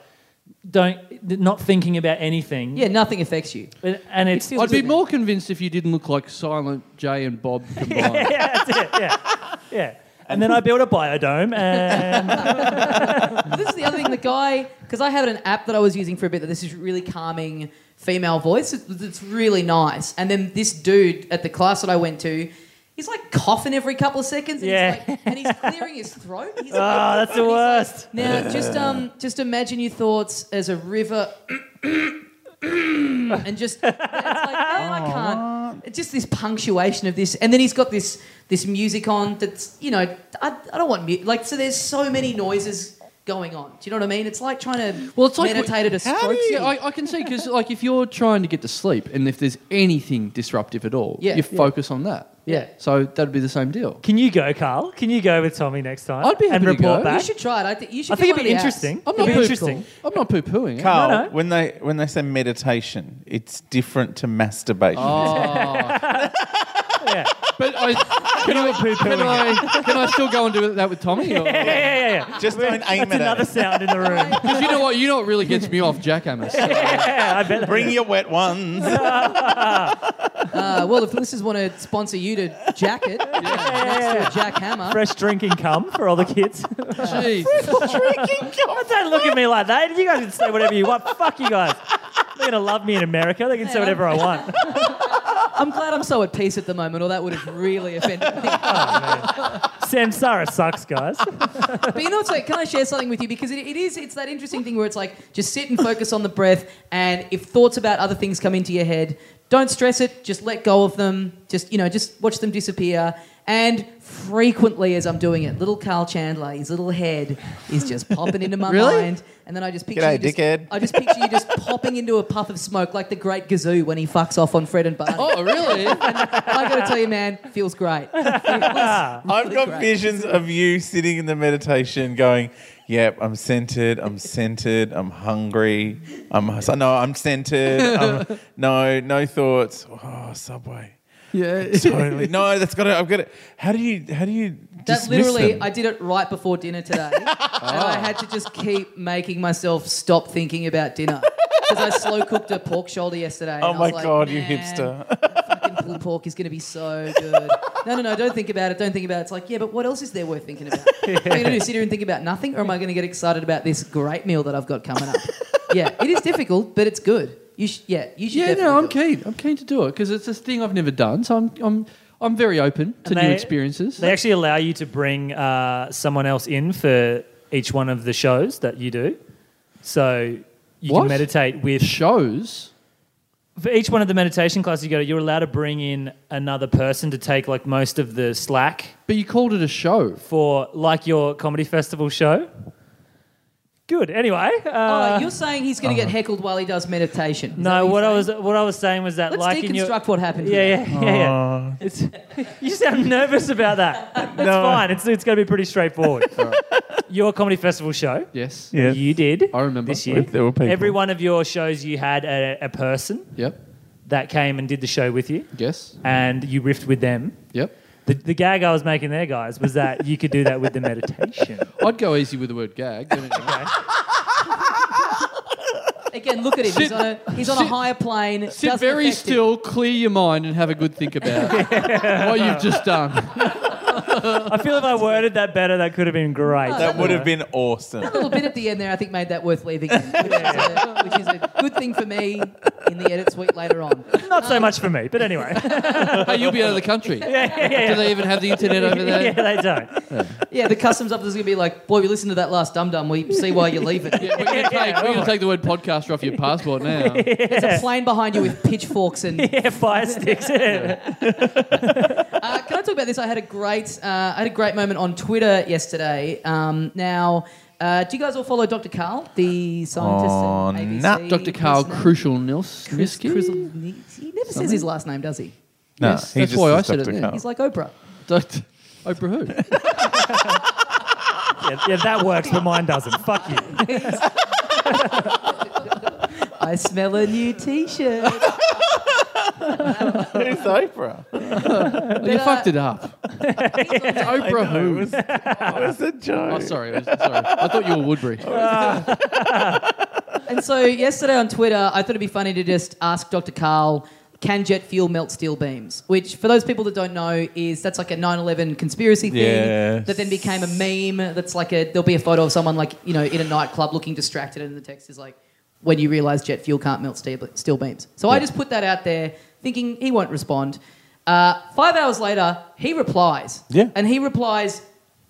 Speaker 3: don't, not thinking about anything.
Speaker 1: Yeah, nothing affects you.
Speaker 3: But- And it's,
Speaker 1: feels
Speaker 2: I'd be more convinced if you didn't look like Silent J and Bob combined.
Speaker 3: yeah, that's it. Yeah. Yeah. And then I built a biodome and
Speaker 1: this is the other thing. The guy, because I had an app that I was using for a bit that this is really calming female voice. It's, it's really nice. And then this dude at the class that I went to, he's like coughing every couple of seconds. And
Speaker 3: Yeah.
Speaker 1: He's like, and he's clearing his throat. He's like,
Speaker 3: oh, that's the worst.
Speaker 1: now, just um, just imagine your thoughts as a river, and just it's like, no, I can't. It's just this punctuation of this, and then he's got this this music on that's you know I, I don't want mu- like so. There's so many noises going on. Do you know what I mean? It's like trying to
Speaker 2: Well, it's like
Speaker 1: meditate at a
Speaker 2: How
Speaker 1: stroke.
Speaker 2: do you-
Speaker 1: speed.
Speaker 2: I, I can see because like if you're trying to get to sleep and if there's anything disruptive at all,
Speaker 1: Yeah.
Speaker 2: you
Speaker 1: Yeah.
Speaker 2: focus on that.
Speaker 1: Yeah.
Speaker 2: So that'd be the same deal.
Speaker 3: Can you go, Carl? Can you go with Tommy next time?
Speaker 2: I'd be happy
Speaker 3: and
Speaker 2: to
Speaker 3: report
Speaker 2: go.
Speaker 3: back.
Speaker 1: you should try it. I think you should.
Speaker 3: I think
Speaker 1: get one of
Speaker 3: it'd be
Speaker 1: the apps.
Speaker 3: interesting.
Speaker 2: I'm
Speaker 3: it'd
Speaker 2: not
Speaker 3: be
Speaker 2: poo-
Speaker 3: interesting.
Speaker 2: I'm not poo pooing.
Speaker 4: Carl,
Speaker 3: No, no.
Speaker 4: when they when they say meditation, it's different to masturbation.
Speaker 1: Oh.
Speaker 3: Yeah.
Speaker 2: Ah. But I, can, I, can, I, can I still go and do that with Tommy? Or,
Speaker 3: Yeah, yeah, yeah, yeah.
Speaker 4: Just don't aim
Speaker 3: That's
Speaker 4: at
Speaker 3: another
Speaker 4: it.
Speaker 3: sound in the room.
Speaker 2: Because you know what? You know what really gets me off jackhammers.
Speaker 3: yeah, I bet.
Speaker 4: Bring your wet ones.
Speaker 1: Uh, well, if the listeners want to sponsor you to jacket next to a jackhammer,
Speaker 3: Fresh drinking cum for all the kids.
Speaker 2: Jeez.
Speaker 3: Don't look at me like that. You guys can say whatever you want. Fuck you guys. They're gonna love me in America. They can say whatever I want.
Speaker 1: I'm glad I'm so at peace at the moment, or that would have really offended me.
Speaker 3: Samsara sucks, guys.
Speaker 1: But you know, it's like, can I share something with you? Because it, it is, it's that interesting thing where it's like, just sit and focus on the breath. And if thoughts about other things come into your head, don't stress it. Just let go of them. Just, you know, just watch them disappear. And frequently, as I'm doing it, little Carl Chandler, his little head is just popping into my
Speaker 2: Really?
Speaker 1: mind. And then I just picture
Speaker 4: G'day,
Speaker 1: you just,
Speaker 4: dickhead.
Speaker 1: I just picture you just popping into a puff of smoke like the great Gazoo when he fucks off on Fred and Barney.
Speaker 2: Oh, really?
Speaker 1: I gotta tell you, man, feels great. Feels
Speaker 4: I've
Speaker 1: really
Speaker 4: got
Speaker 1: great.
Speaker 4: visions of you sitting in the meditation going, Yep, I'm centered, I'm centered, I'm hungry, I'm so- no, I'm centered, I'm, no, no thoughts. Oh, subway.
Speaker 2: Yeah.
Speaker 4: Totally. No, that's got it. I've got it. How do you how do you
Speaker 1: That
Speaker 4: dismiss
Speaker 1: literally,
Speaker 4: them?
Speaker 1: I did it right before dinner today, and I had to just keep making myself stop thinking about dinner because I slow cooked a pork shoulder yesterday. and
Speaker 4: Oh
Speaker 1: I was
Speaker 4: my
Speaker 1: like,
Speaker 4: God, you
Speaker 1: "Man,
Speaker 4: hipster."
Speaker 1: that Fucking pulled pork is going to be so good. No, no, no, don't think about it. Don't think about it. It's like, yeah, but what else is there worth thinking about? Am I going to do sit here and think about nothing, or am I going to get excited about this great meal that I've got coming up? yeah, it is difficult, but it's good. You sh- yeah, you should.
Speaker 2: Yeah, no,
Speaker 1: definitely do
Speaker 2: I'm
Speaker 1: it.
Speaker 2: keen. I'm keen to do it because it's a thing I've never done. So I'm, I'm, I'm very open to
Speaker 3: And
Speaker 2: new
Speaker 3: they-
Speaker 2: experiences.
Speaker 3: They actually allow you to bring uh, someone else in for each one of the shows that you do. So you
Speaker 2: What?
Speaker 3: can meditate with
Speaker 2: Shows.
Speaker 3: for each one of the meditation classes you go to, you're allowed to bring in another person to take like most of the slack
Speaker 2: But you called it a show.
Speaker 3: for like your comedy festival show. Good. Anyway,
Speaker 1: Oh,
Speaker 3: uh,
Speaker 1: you're saying he's going to get heckled while he does meditation? Is that
Speaker 3: no. What
Speaker 1: you're
Speaker 3: I
Speaker 1: saying?
Speaker 3: was what I was saying was that
Speaker 1: Let's
Speaker 3: like in your
Speaker 1: deconstruct what happened.
Speaker 3: yeah
Speaker 1: here.
Speaker 3: yeah yeah, yeah. It's, you sound nervous about that. It's fine. It's it's going to be pretty straightforward. Your comedy festival show.
Speaker 2: Yes.
Speaker 4: Yeah.
Speaker 3: You did.
Speaker 2: I remember.
Speaker 3: this year.
Speaker 4: There were people.
Speaker 3: Every one of your shows, you had a, a person
Speaker 2: Yep.
Speaker 3: that came and did the show with you,
Speaker 2: Yes.
Speaker 3: and you riffed with them.
Speaker 2: Yep.
Speaker 3: The, the gag I was making there, guys, was that you could do that with the meditation.
Speaker 2: I'd go easy with the word gag. don't you?
Speaker 1: Again, look at him. He's on a he's on a higher plane.
Speaker 2: Sit
Speaker 1: Doesn't
Speaker 2: very
Speaker 1: affect him.
Speaker 2: still, clear your mind, and have a good think about what you've just done.
Speaker 3: I feel if I worded that better, that could have been great.
Speaker 4: Oh, That would have been awesome.
Speaker 1: little bit at the end there, I think, made that worth leaving, in, which, is a, which is a good thing for me in the edit suite later on.
Speaker 3: Not so much for me, but anyway.
Speaker 2: hey, you'll be out of the country.
Speaker 3: yeah, yeah,
Speaker 2: Do they even have the internet over there?
Speaker 3: yeah, they don't.
Speaker 1: Yeah, the customs officer's going to be like, boy, we listened to that last Dum Dum, we see why you're leaving.
Speaker 2: Yeah, we're going to take the word podcaster off your passport now.
Speaker 1: There's a plane behind you with pitchforks and
Speaker 3: Yeah, fire sticks.
Speaker 1: Uh, can I talk about this? I had a great, uh, I had a great moment on Twitter yesterday. Um, now, uh, do you guys all follow Dr. Carl, the scientist?
Speaker 4: Oh,
Speaker 1: at ABC
Speaker 4: nah.
Speaker 2: Dr. Carl
Speaker 1: person?
Speaker 2: Crucial Nils.
Speaker 1: Chris-
Speaker 2: Miski?
Speaker 1: Krizelnitsky? He never says his last name, does he?
Speaker 4: No,
Speaker 2: Yes,
Speaker 4: he
Speaker 2: that's
Speaker 4: just
Speaker 2: why I
Speaker 4: is
Speaker 2: said it
Speaker 4: Dr.
Speaker 2: then.
Speaker 4: Carl.
Speaker 1: He's like Oprah.
Speaker 2: Dr. Oprah who?
Speaker 3: yeah, yeah, that works, but mine doesn't. Fuck you.
Speaker 1: I smell a new T-shirt.
Speaker 4: Who's Oprah?
Speaker 2: Oh, you
Speaker 1: uh,
Speaker 2: fucked it up. it's Oprah
Speaker 4: It
Speaker 2: who?
Speaker 4: was, it was a joke.
Speaker 2: Oh, sorry. it was- sorry. I thought you were Woodbury.
Speaker 1: And so yesterday on Twitter, I thought it'd be funny to just ask Dr. Carl, can jet fuel melt steel beams? Which, for those people that don't know, is that's like a 9/11 conspiracy thing
Speaker 4: Yes.
Speaker 1: that then became a meme. That's like a there'll be a photo of someone like you know in a nightclub looking distracted, and the text is like, "When you realise jet fuel can't melt steel, steel beams." So I just put that out there, thinking he won't respond. Uh, five hours later, he replies.
Speaker 4: Yeah.
Speaker 1: And he replies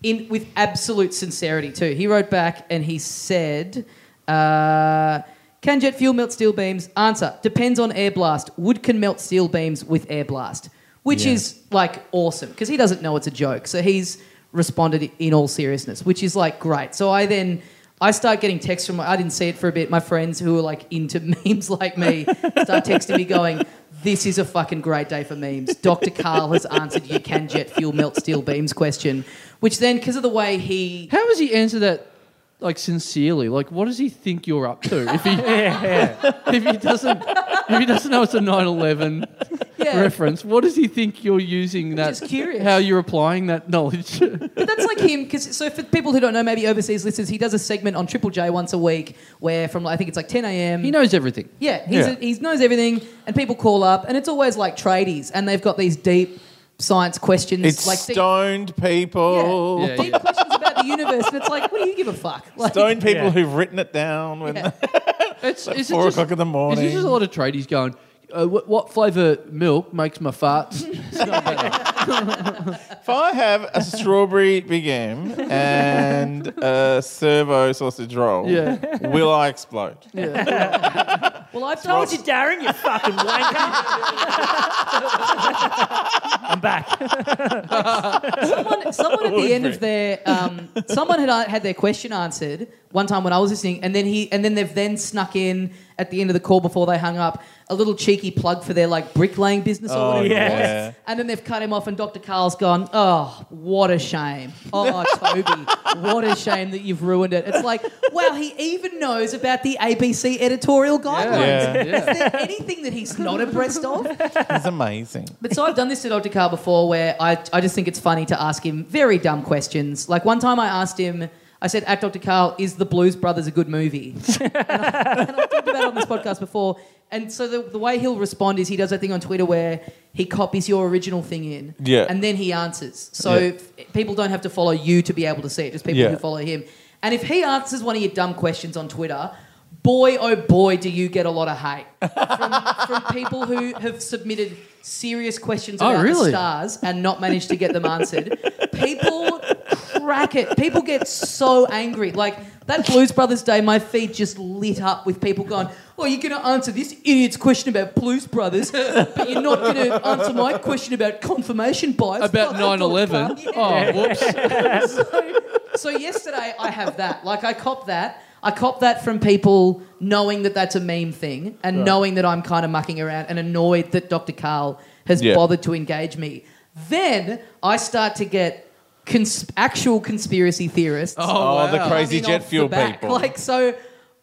Speaker 1: in with absolute sincerity too. He wrote back and he said, uh, "Can jet fuel melt steel beams?" Answer: Depends on air blast. Wood can melt steel beams with air blast, which is like awesome because he doesn't know it's a joke. So he's responded in all seriousness, which is like great. So I then. I start getting texts from I didn't see it for a bit. My friends who are like into memes like me start texting me going, this is a fucking great day for memes. Dr. Carl has answered you can jet fuel melt steel beams question, which then, because of the way he.
Speaker 2: How does he answer that, like, sincerely? Like, what does he think you're up to? If he, if he doesn't... If he doesn't know it's a 9-11
Speaker 1: Yeah.
Speaker 2: reference, what does he think you're using that?
Speaker 1: just curious.
Speaker 2: How you're applying that knowledge?
Speaker 1: But that's like him, because so for people who don't know, maybe overseas listeners, he does a segment on Triple J once a week where from, I think it's like 10 a.m.
Speaker 2: he knows everything.
Speaker 1: Yeah, he's
Speaker 4: Yeah.
Speaker 1: A, he knows everything, and people call up, and it's always like tradies, and they've got these deep science questions.
Speaker 4: It's
Speaker 1: like deep-
Speaker 4: stoned people.
Speaker 1: Yeah,
Speaker 2: Yeah,
Speaker 1: deep
Speaker 2: yeah.
Speaker 1: questions about the universe, and it's like, what do you give a fuck? Like,
Speaker 4: Stoned people
Speaker 3: Yeah.
Speaker 4: who've written it down when
Speaker 1: Yeah.
Speaker 2: It's, is it
Speaker 4: four
Speaker 2: just-
Speaker 4: o'clock in the
Speaker 2: Is
Speaker 4: morning.
Speaker 2: this just a lot of tradies going? Uh, what, what flavour milk makes my farts?
Speaker 4: If I have a strawberry big M and a servo sausage roll,
Speaker 2: Yeah.
Speaker 4: will I explode?
Speaker 1: well, I've
Speaker 3: Told
Speaker 1: told
Speaker 3: you,
Speaker 1: you.
Speaker 3: Darren, you fucking wanker. I'm back.
Speaker 1: someone, someone at the end of their um, someone had had their question answered one time when I was listening, and then he and then they've then snuck in at the end of the call before they hung up a little cheeky plug for their like bricklaying business or whatever. it was.
Speaker 4: Oh, yeah.
Speaker 1: And then they've cut him off, and Dr. Carl's gone. Oh, what a shame! Oh, Toby, what a shame that you've ruined it. It's like, wow, he even knows about the ABC editorial guidelines.
Speaker 4: Yeah.
Speaker 1: Is there anything that he's not abreast of?
Speaker 4: It's amazing.
Speaker 1: But so I've done this to Dr. Carl before where I, I just think it's funny to ask him very dumb questions. Like one time I asked him, I said, at Dr. Carl, is The Blues Brothers a good movie? and, I, have talked about it on this podcast before. And so the, the way he'll respond is he does that thing on Twitter where he copies your original thing in.
Speaker 4: Yeah.
Speaker 1: And then he answers. So
Speaker 4: Yeah.
Speaker 1: f- people don't have to follow you to be able to see it, just people
Speaker 4: Yeah.
Speaker 1: who follow him. And if he answers one of your dumb questions on Twitter, boy, oh boy, do you get a lot of hate from people who have submitted serious questions
Speaker 2: Oh,
Speaker 1: about the
Speaker 2: really?
Speaker 1: stars and not managed to get them answered. People crack it. People get so angry. Like that Blues Brothers Day, my feed just lit up with people going, Oh, you're going to answer this idiot's question about Blues Brothers, but you're not going to answer my question about confirmation bias.
Speaker 2: About
Speaker 1: Fuck, I
Speaker 2: 9
Speaker 1: don't
Speaker 2: 11.
Speaker 1: care."
Speaker 2: Oh, whoops.
Speaker 1: so, so yesterday I have that. Like I cop that. I cop that from people knowing that that's a meme thing and knowing that I'm kind of mucking around and annoyed that Dr. Carl has
Speaker 4: Yeah.
Speaker 1: bothered to engage me. Then I start to get cons- actual conspiracy theorists.
Speaker 2: Oh,
Speaker 4: Oh,
Speaker 2: wow.
Speaker 4: the crazy
Speaker 1: coming
Speaker 4: jet
Speaker 1: off the
Speaker 4: fuel
Speaker 1: back.
Speaker 4: people.
Speaker 1: Like so,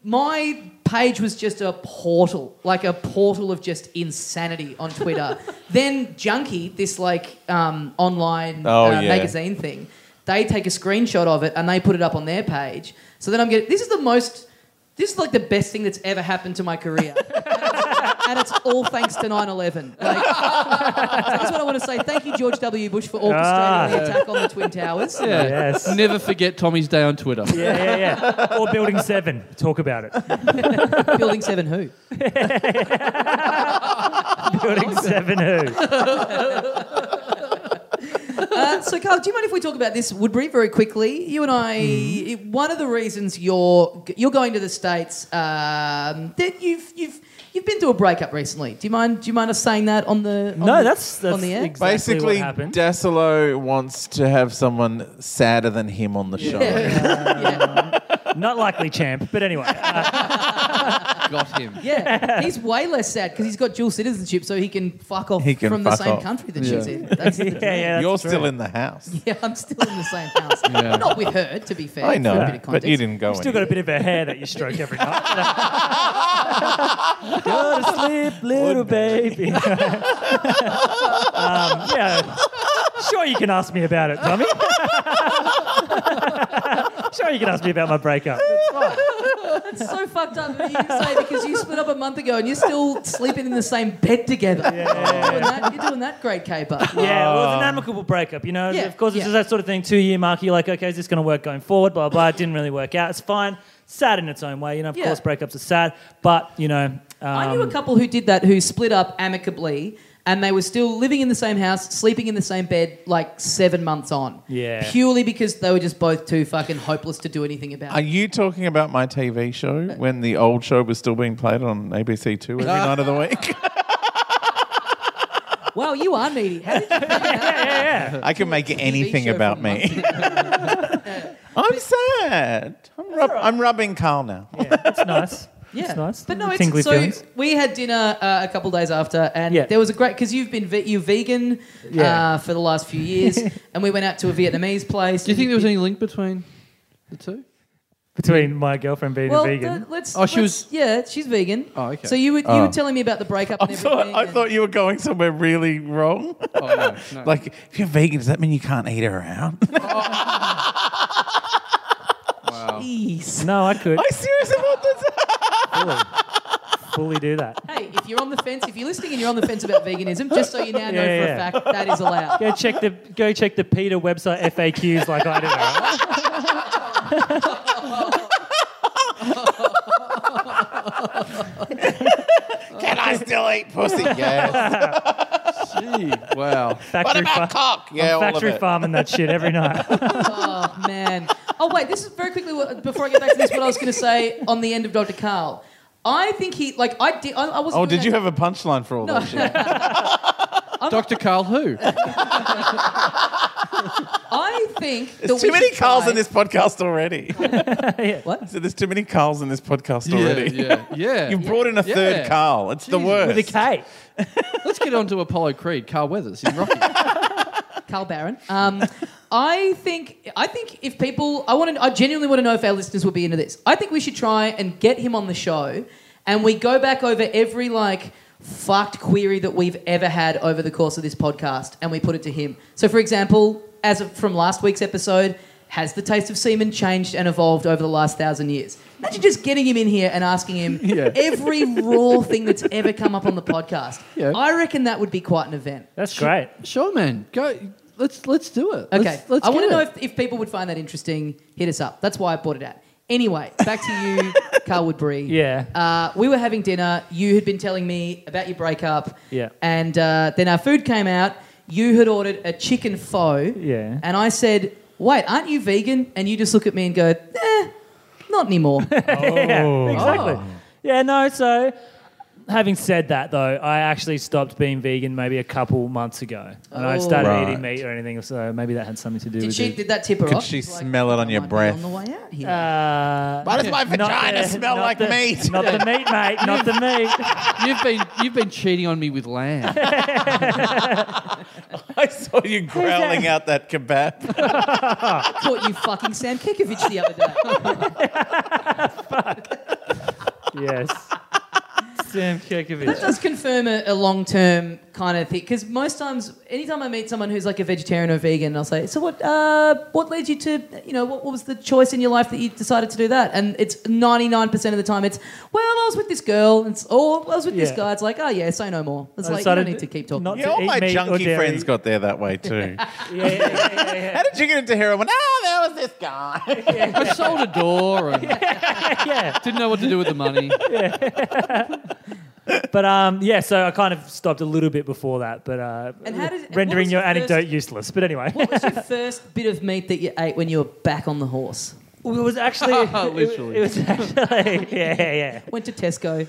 Speaker 1: my page was just a portal, like a portal of just insanity on Twitter. then Junkie, this like um, online
Speaker 4: Oh,
Speaker 1: uh,
Speaker 4: yeah.
Speaker 1: magazine thing, they take a screenshot of it and they put it up on their page. So then I'm getting this is the most. This is like the best thing that's ever happened to my career. and it's all thanks to 9 11. Like, so that's what I want to say. Thank you, George W. Bush, for orchestrating
Speaker 3: Ah.
Speaker 1: the attack on the Twin Towers.
Speaker 2: Yeah.
Speaker 3: Yes.
Speaker 2: Never forget Tommy's day on Twitter.
Speaker 3: yeah, yeah, yeah. Or Building 7. Talk about it.
Speaker 1: Building 7 who?
Speaker 3: Building 7 who?
Speaker 1: Uh, so, Carl, do you mind if we talk about this Woodbury very quickly? You and I, it- one of the reasons you're you're going to the states, um, that you've you've you've been through a breakup recently. Do you mind? Do you mind us saying that on the? On
Speaker 3: No,
Speaker 1: the-
Speaker 3: that's- that's
Speaker 1: on the air.
Speaker 3: ex- Exactly what
Speaker 4: Basically,
Speaker 3: happened.
Speaker 4: Dasilo wants to have someone sadder than him on the show.
Speaker 1: yeah,
Speaker 3: Not likely, champ. But anyway.
Speaker 2: Got him.
Speaker 1: yeah, yeah. he's way less sad because he's got dual citizenship, so he can fuck off
Speaker 4: He can
Speaker 1: from the
Speaker 4: fuck
Speaker 1: same
Speaker 4: off.
Speaker 1: country that
Speaker 2: Yeah.
Speaker 1: she's in. That's the
Speaker 3: yeah, yeah.
Speaker 4: You're
Speaker 3: that's
Speaker 4: still
Speaker 3: true.
Speaker 4: in the house.
Speaker 1: Yeah, I'm still in the same house.
Speaker 2: Yeah.
Speaker 1: Not with her, to be fair.
Speaker 4: I
Speaker 1: For a
Speaker 4: know,
Speaker 1: bit of
Speaker 4: but
Speaker 1: context.
Speaker 4: you didn't go.
Speaker 3: You've still got a
Speaker 4: anywhere.
Speaker 3: bit of a hair that you stroke every night. Go to sleep, little baby. um, yeah. Sure, you can ask me about it, Tommy. sure, you can ask me about my breakup.
Speaker 1: It's so fucked up that you can say because you split up a month ago and you're still sleeping in the same bed together. You're, doing that, you're doing that great caper.
Speaker 3: Yeah, well, it's an amicable breakup, you know.
Speaker 1: Yeah,
Speaker 3: of course, it's
Speaker 1: yeah.
Speaker 3: just that sort of thing. Two year mark, you're like, okay, is this going to work going forward? Blah, blah. It didn't really work out. It's fine. Sad in its own way, you know. Of
Speaker 1: Yeah.
Speaker 3: course, breakups are sad, but you know. Um,
Speaker 1: I knew a couple who did that who split up amicably and they were still living in the same house, sleeping in the same bed like seven months on.
Speaker 3: Yeah.
Speaker 1: Purely because they were just both too fucking hopeless to do anything about
Speaker 4: Are
Speaker 1: it.
Speaker 4: you talking about my TV show when the old show was still being played on ABC Two every night of the week?
Speaker 1: wow, you are needy. How did you figure out
Speaker 4: I can make
Speaker 1: TV
Speaker 4: anything
Speaker 1: show
Speaker 4: about
Speaker 1: from
Speaker 4: me.
Speaker 1: months ago?
Speaker 4: I'm sad. I'm, rub- I'm rubbing Carl now.
Speaker 3: It's nice.
Speaker 1: Yeah,
Speaker 3: It's nice.
Speaker 1: But no,
Speaker 3: The
Speaker 1: it's
Speaker 3: tingly
Speaker 1: so
Speaker 3: feelings.
Speaker 1: we had dinner uh, a couple days after, and
Speaker 3: Yeah.
Speaker 1: there was a great because you've been ve- you're vegan uh,
Speaker 3: Yeah.
Speaker 1: for the last few years, and we went out to a Vietnamese place.
Speaker 2: Do you think there was any link between the two?
Speaker 3: Between my girlfriend being
Speaker 1: Well,
Speaker 3: a vegan.
Speaker 1: th- let's.
Speaker 2: Oh, she
Speaker 1: let's-
Speaker 2: was-
Speaker 1: Yeah, she's vegan.
Speaker 2: Oh, okay.
Speaker 1: So you were you
Speaker 4: Oh.
Speaker 1: were telling me about the breakup.
Speaker 4: I
Speaker 1: and
Speaker 4: thought
Speaker 1: everything
Speaker 4: I
Speaker 1: and-
Speaker 4: thought you were going somewhere really wrong.
Speaker 2: Oh, no, no.
Speaker 4: Like, if you're vegan, does that mean you can't eat around?
Speaker 2: wow.
Speaker 1: Jeez.
Speaker 3: No, I could
Speaker 4: I seriously thought that's
Speaker 3: fully, fully do that.
Speaker 1: Hey, if you're on the fence, if you're listening and you're on the fence about veganism, just so you now know for
Speaker 3: Yeah,
Speaker 1: a
Speaker 3: yeah.
Speaker 1: fact that is allowed.
Speaker 3: Go check the go check the Peter website FAQs like I do. alright?
Speaker 4: Can I still eat pussy? Yes.
Speaker 2: Gee, wow.
Speaker 4: what
Speaker 3: Factory,
Speaker 4: about
Speaker 3: fa-
Speaker 4: cock? Yeah, all of
Speaker 3: factory
Speaker 4: it.
Speaker 3: farming that shit every night.
Speaker 1: Oh man. Oh wait, this is very quickly what- before I get back to this. What I was going to say on the end of Dr. Carl. I think he like I did. I, I wasn't.
Speaker 4: Oh,
Speaker 1: doing
Speaker 4: did
Speaker 1: that-
Speaker 4: you have a punchline for all that shit?
Speaker 2: Dr. Carl who?
Speaker 1: I think that
Speaker 4: There's too
Speaker 1: we
Speaker 4: many
Speaker 1: should
Speaker 4: Carls
Speaker 1: try-
Speaker 4: in this podcast already.
Speaker 1: What?
Speaker 4: So there's too many Carls in this podcast already.
Speaker 2: Yeah, yeah. yeah.
Speaker 4: You've brought in a third
Speaker 2: Yeah.
Speaker 4: Carl. It's the
Speaker 2: Jeez.
Speaker 4: worst.
Speaker 3: With a K.
Speaker 2: Let's get on to Apollo Creed, Carl Weathers in Rocky.
Speaker 1: Carl Barron. Um, I think I think if people, I want to, I genuinely want to know if our listeners would be into this. I think we should try and get him on the show, and we go back over every like fucked query that we've ever had over the course of this podcast, and we put it to him. So, for example, as of, from last week's episode. Has the taste of semen changed and evolved over the last thousand years? Imagine just getting him in here and asking him
Speaker 2: Yeah.
Speaker 1: every raw thing that's ever come up on the podcast.
Speaker 2: Yeah.
Speaker 1: I reckon that would be quite an event.
Speaker 3: That's great.
Speaker 2: Showman, go. Let's let's do it.
Speaker 1: Okay.
Speaker 2: Let's, let's
Speaker 1: I want to
Speaker 2: get
Speaker 1: know
Speaker 2: it.
Speaker 1: if, if people would find that interesting. Hit us up. That's why I bought it out. Anyway, back to you, Carl Woodbury.
Speaker 3: Yeah.
Speaker 1: Uh, we were having dinner. You had been telling me about your breakup.
Speaker 3: Yeah.
Speaker 1: And uh, then our food came out. You had ordered a chicken faux.
Speaker 3: Yeah.
Speaker 1: And I said, wait, aren't you vegan? And you just look at me and go, eh, not anymore.
Speaker 4: Oh.
Speaker 1: Oh.
Speaker 3: Yeah, exactly. Yeah, no, so having said that though, I actually stopped being vegan maybe a couple months ago. And I
Speaker 1: Oh.
Speaker 3: started
Speaker 4: Right.
Speaker 3: eating meat or anything, so maybe that had something to do
Speaker 1: did
Speaker 3: with
Speaker 1: she,
Speaker 3: it.
Speaker 1: did that tip her
Speaker 4: Could
Speaker 1: off?
Speaker 4: she
Speaker 1: She's like,
Speaker 4: smell it on
Speaker 1: "I
Speaker 4: your
Speaker 1: might be
Speaker 4: breath?"
Speaker 1: On the way out here.
Speaker 3: Uh,
Speaker 4: Why does my
Speaker 3: not
Speaker 4: vagina
Speaker 3: the-
Speaker 4: smell
Speaker 3: not
Speaker 4: like
Speaker 3: the-
Speaker 4: meat?
Speaker 3: Not the meat, mate. Not the meat.
Speaker 2: You've been you've been cheating on me with lamb.
Speaker 4: I saw you growling out that kebab.
Speaker 1: Caught you fucking Sam Kekovich the other day.
Speaker 3: Yes. Sam Kirkovich.
Speaker 1: That does confirm a, a long term kind of thing. Because most times, anytime I meet someone who's like a vegetarian or vegan, I'll say, "So what? Uh, what led you to? You know, what, what was the choice in your life that you decided to do that?" And it's ninety nine percent of the time, it's, "Well, I was with this girl, and or I was with this
Speaker 5: Yeah.
Speaker 1: guy." It's like, "Oh yeah, say no more." It's
Speaker 5: I
Speaker 1: like you don't
Speaker 5: decided
Speaker 1: need to keep talking.
Speaker 5: not
Speaker 4: Yeah,
Speaker 5: to
Speaker 4: all
Speaker 5: eat
Speaker 4: my
Speaker 5: meat or
Speaker 4: junkie
Speaker 5: dairy.
Speaker 4: friends got there that way too.
Speaker 5: Yeah, yeah, yeah, yeah,
Speaker 4: How did you get into heroin? Oh, there was this guy.
Speaker 2: I sold a door and
Speaker 5: yeah. yeah.
Speaker 2: didn't know what to do with the money.
Speaker 5: But um,
Speaker 3: yeah, so I kind of stopped a little bit before that, but uh,
Speaker 1: And how did- and what
Speaker 3: rendering
Speaker 1: was
Speaker 3: your
Speaker 1: the first-
Speaker 3: anecdote useless. But anyway,
Speaker 1: what was your first bit of meat that you ate when you were back on the horse?
Speaker 3: it was actually
Speaker 2: Literally.
Speaker 3: It, was actually yeah, yeah.
Speaker 1: Went to Tesco.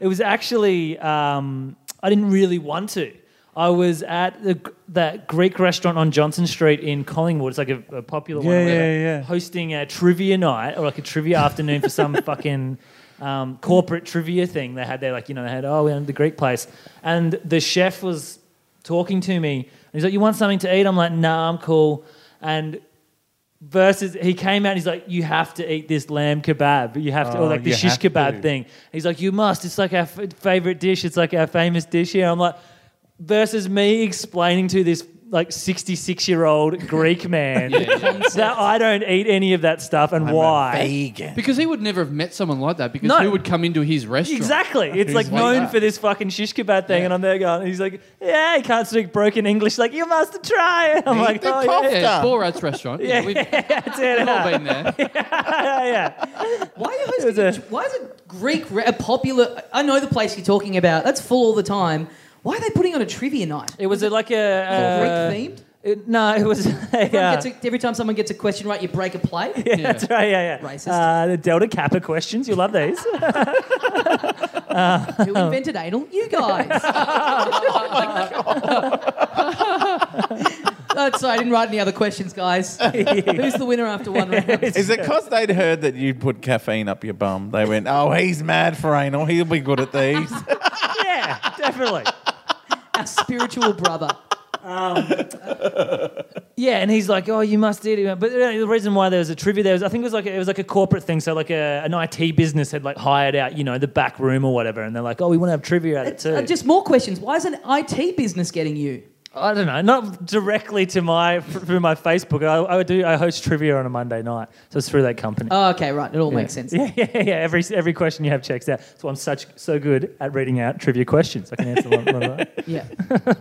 Speaker 3: It was actually um, I didn't really want to. I was at the, that Greek restaurant on Johnson Street in Collingwood. It's like a, a popular one. or
Speaker 5: Yeah, yeah,
Speaker 3: whatever,
Speaker 5: yeah.
Speaker 3: Hosting a trivia night or like a trivia afternoon for some fucking um, corporate trivia thing they had there. Like you know they had oh we had the Greek place and the chef was talking to me and he's like you want something to eat? I'm like nah I'm cool and versus he came out and he's like you have to eat this lamb kebab you have to or
Speaker 4: Oh,
Speaker 3: like the
Speaker 4: you
Speaker 3: shish
Speaker 4: have to.
Speaker 3: kebab thing he's like you must it's like our f- favorite dish it's like our famous dish here i'm like versus me explaining to this like 66 year old greek man that i don't eat any of that stuff and why
Speaker 4: Vegan.
Speaker 2: Because he would never have met someone like that because
Speaker 3: No.
Speaker 2: who would come into his restaurant?
Speaker 3: Exactly. It's like
Speaker 2: like
Speaker 3: known
Speaker 2: that?
Speaker 3: for this fucking shish kebab thing, and I'm there going, and he's like, "Yeah, he can't speak broken English. Like, you must try." And I'm
Speaker 4: Eat
Speaker 3: like,
Speaker 4: the
Speaker 3: "Oh yeah,
Speaker 2: Yeah,
Speaker 4: Stuff.
Speaker 2: Borat's restaurant. Yeah, we've
Speaker 3: that's it.
Speaker 2: all been there.
Speaker 3: yeah, yeah."
Speaker 1: Why are you
Speaker 3: It was
Speaker 1: hosting? A,
Speaker 3: a-
Speaker 1: why is a Greek re- a popular? I know the place you're talking about. That's full all the time. Why are they putting on a trivia night?
Speaker 3: It was, a like a uh,
Speaker 1: Greek themed.
Speaker 3: It, no, it was. Yeah.
Speaker 1: every time someone gets a question right, you break a plate.
Speaker 3: yeah, that's right. Yeah, yeah.
Speaker 1: Racist.
Speaker 3: Uh, the Delta Kappa questions. You love these.
Speaker 1: Who invented anal? You guys. Oh, sorry, I didn't write any other questions, guys. Who's the winner after one round?
Speaker 4: Is it because they'd heard that you put caffeine up your bum? They went, oh, he's mad for anal. He'll be good at these.
Speaker 3: yeah, definitely.
Speaker 1: Our spiritual brother.
Speaker 3: Yeah, and he's like, "Oh, you must eat it." But uh, the reason why there was a trivia there was, I think it was like a, it was like a corporate thing. So like a, an IT business had like hired out, you know, the back room or whatever, and they're like, "Oh, we want to have trivia at it too."
Speaker 1: Uh, just more questions. Why is an IT business getting you?
Speaker 3: I don't know, not directly to my through my Facebook. I, I do I host trivia on a Monday night, so it's through that company.
Speaker 1: Oh, okay, right. It all makes sense.
Speaker 3: Yeah, yeah, yeah. Every every question you have checks out. That's why I'm such so good at reading out trivia questions. I can answer one. one of those.
Speaker 1: Yeah.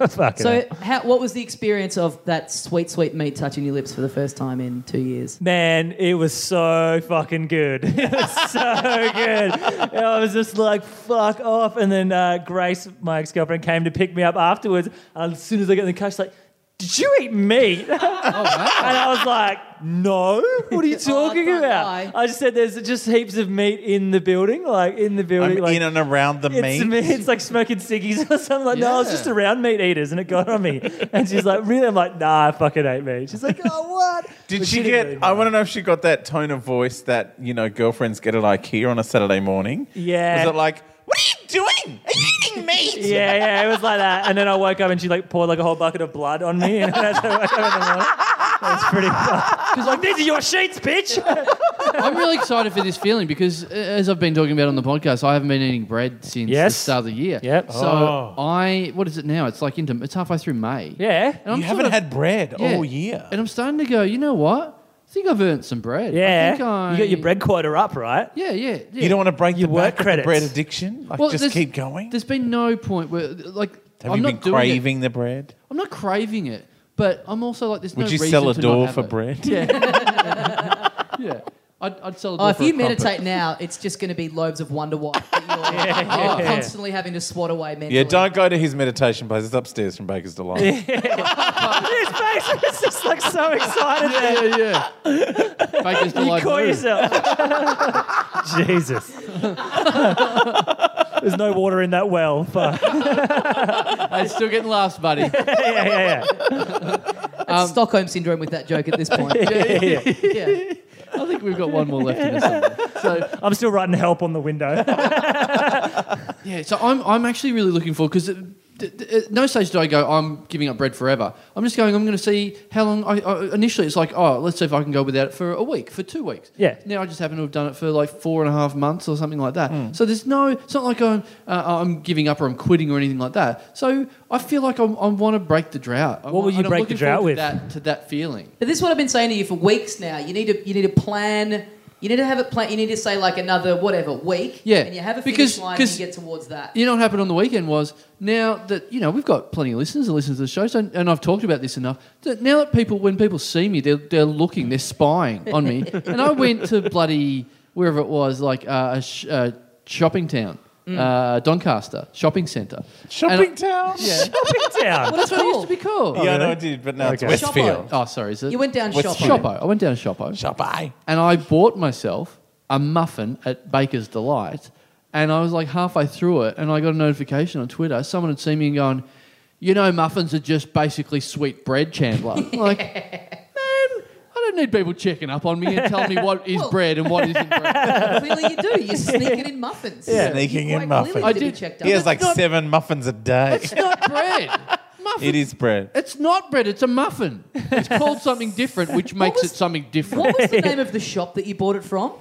Speaker 3: Fucking
Speaker 1: So,
Speaker 3: hell.
Speaker 1: how, what was the experience of that sweet, sweet meat touching your lips for the first time in two years?
Speaker 3: Man, it was so fucking good. It was so good. I was just like, fuck off. And then uh, Grace, my ex girlfriend, came to pick me up afterwards. And as soon as I got in the car, she's like, did you eat meat? And I was like, no. What are you
Speaker 1: Oh,
Speaker 3: talking
Speaker 1: don't
Speaker 3: about?
Speaker 1: lie.
Speaker 3: I just said, there's just heaps of meat in the building, like in the building.
Speaker 4: I'm
Speaker 3: like,
Speaker 4: in and around the
Speaker 3: it's,
Speaker 4: meat.
Speaker 3: me- it's like smoking ciggies or something. Like, no, I was
Speaker 2: Yeah.
Speaker 3: just around meat eaters and it got on me. And she's like, really? I'm like, nah, I fucking ate meat. She's like, oh, what?
Speaker 4: Did
Speaker 3: But
Speaker 4: she
Speaker 3: didn't really
Speaker 4: get? I
Speaker 3: mind.
Speaker 4: want to know if she got that tone of voice that you know girlfriends get at IKEA on a Saturday morning.
Speaker 3: Yeah.
Speaker 4: Was it like, what are you doing? Are you eating meat?
Speaker 3: Yeah, yeah, it was like that. And then I woke up and she like poured like a whole bucket of blood on me. And that's how I woke up in the morning. That was pretty fun. She's like, these are your sheets, bitch.
Speaker 2: I'm really excited for this feeling because, uh, as I've been talking about on the podcast, I haven't been eating bread since
Speaker 3: Yes.
Speaker 2: the start of the year.
Speaker 3: Yep.
Speaker 2: So
Speaker 4: Oh.
Speaker 2: I, what is it now? It's like into, it's halfway through May.
Speaker 3: Yeah.
Speaker 2: And I'm
Speaker 4: you
Speaker 2: sort
Speaker 4: haven't
Speaker 2: of-
Speaker 4: had bread
Speaker 2: yeah.
Speaker 4: all year.
Speaker 2: And I'm starting to go. You know what? I think I've earned some bread. I
Speaker 3: Yeah.
Speaker 2: think I-
Speaker 3: You got your bread quota up, right?
Speaker 2: Yeah, yeah. yeah.
Speaker 4: You don't want to break your
Speaker 3: work
Speaker 4: work
Speaker 3: credits.
Speaker 4: credit bread addiction. Like, just
Speaker 2: there's-
Speaker 4: keep going.
Speaker 2: There's been no point where, like,
Speaker 4: Have
Speaker 2: I'm
Speaker 4: you
Speaker 2: not
Speaker 4: been
Speaker 2: doing it.
Speaker 4: craving the bread?
Speaker 2: I'm not craving it, but I'm also like, there's
Speaker 4: Would
Speaker 2: no
Speaker 4: you
Speaker 2: reason
Speaker 4: sell a
Speaker 2: to not
Speaker 4: door
Speaker 2: have
Speaker 4: for
Speaker 2: it.
Speaker 4: bread?
Speaker 2: Yeah, I'd, I'd sell a door
Speaker 1: Oh, if
Speaker 2: for a
Speaker 1: you
Speaker 2: crumpet.
Speaker 1: meditate now, it's just going to be lobes of wonder why that you're oh,
Speaker 3: yeah.
Speaker 1: constantly having to swat away mentally.
Speaker 4: Yeah, don't go to his meditation place. It's upstairs from Baker's Delight.
Speaker 3: His face is just like so excited there.
Speaker 2: Yeah, yeah, yeah. Baker's
Speaker 3: You
Speaker 2: delight.
Speaker 3: caught
Speaker 2: Blue.
Speaker 3: yourself. Jesus. There's no water in that well. Fuck.
Speaker 2: Hey, still getting laughs, buddy.
Speaker 3: Yeah, yeah, yeah.
Speaker 4: um,
Speaker 1: That's Stockholm syndrome with that joke at this point.
Speaker 3: yeah, yeah.
Speaker 1: yeah.
Speaker 2: I think we've got one more left in us. So
Speaker 3: I'm still writing help on the window.
Speaker 2: yeah, so I'm I'm actually really looking forward because d- d- at no stage do I go, I'm giving up bread forever. I'm just going, I'm going to see how long. I, I Initially, it's like, oh, let's see if I can go without it for a week, for two weeks.
Speaker 3: Yeah.
Speaker 2: Now I just happen to have done it for like four and a half months or something like that.
Speaker 3: Hmm.
Speaker 2: So there's no, it's not like I'm, uh, I'm giving up or I'm quitting or anything like that. So I feel like I'm, I want to break the drought. I
Speaker 3: What will
Speaker 2: want-
Speaker 3: you
Speaker 2: and I'm
Speaker 3: break
Speaker 2: looking
Speaker 3: the drought
Speaker 2: forward
Speaker 3: with?
Speaker 2: To that, to that feeling.
Speaker 1: But this is what I've been saying to you for weeks now. You need to you need to plan. You need to have it plan. You need to say like another whatever week.
Speaker 2: Yeah,
Speaker 1: and you have a finish
Speaker 2: because-
Speaker 1: line and you
Speaker 2: because-
Speaker 1: get towards that.
Speaker 2: You know what happened on the weekend was now that you know we've got plenty of listeners that listen to the show, so, and I've talked about this enough. That now that people, when people see me, they're they're looking, they're spying on me. and I went to bloody wherever it was, like uh, a sh- uh, shopping town,
Speaker 1: Mm.
Speaker 2: uh, Doncaster shopping centre.
Speaker 4: Shopping
Speaker 2: And-
Speaker 4: town.
Speaker 2: Yeah,
Speaker 3: Down.
Speaker 2: that's what it used to be called.
Speaker 4: yeah, I know I did, but now
Speaker 3: Okay.
Speaker 4: it's Westfield.
Speaker 1: Shoppo.
Speaker 2: Oh, sorry, is it?
Speaker 1: You went down
Speaker 4: What's
Speaker 1: shopping.
Speaker 2: Shoppo. I went down to Shoppo.
Speaker 4: Shoppo.
Speaker 2: and I bought myself a muffin at Baker's Delight, and I was like halfway through it, and I got a notification on Twitter. Someone had seen me and gone, "You know, muffins are just basically sweet bread, Chandler." I'm like, man, I don't need people checking up on me and telling me what is
Speaker 1: Well-
Speaker 2: bread and what isn't bread.
Speaker 1: clearly you do. You're sneaking in muffins.
Speaker 4: Yeah. Sneaking
Speaker 1: You
Speaker 4: in
Speaker 1: quite clearly
Speaker 4: muffins.
Speaker 2: I
Speaker 1: need to be
Speaker 2: did.
Speaker 1: checked up.
Speaker 4: He has like
Speaker 2: not-
Speaker 4: seven muffins a day.
Speaker 2: It's not bread. Muffin.
Speaker 4: It is bread.
Speaker 2: It's not bread. It's a muffin. It's called something different, which makes
Speaker 1: was-
Speaker 2: it something different.
Speaker 1: what was the name of the shop that you bought it from?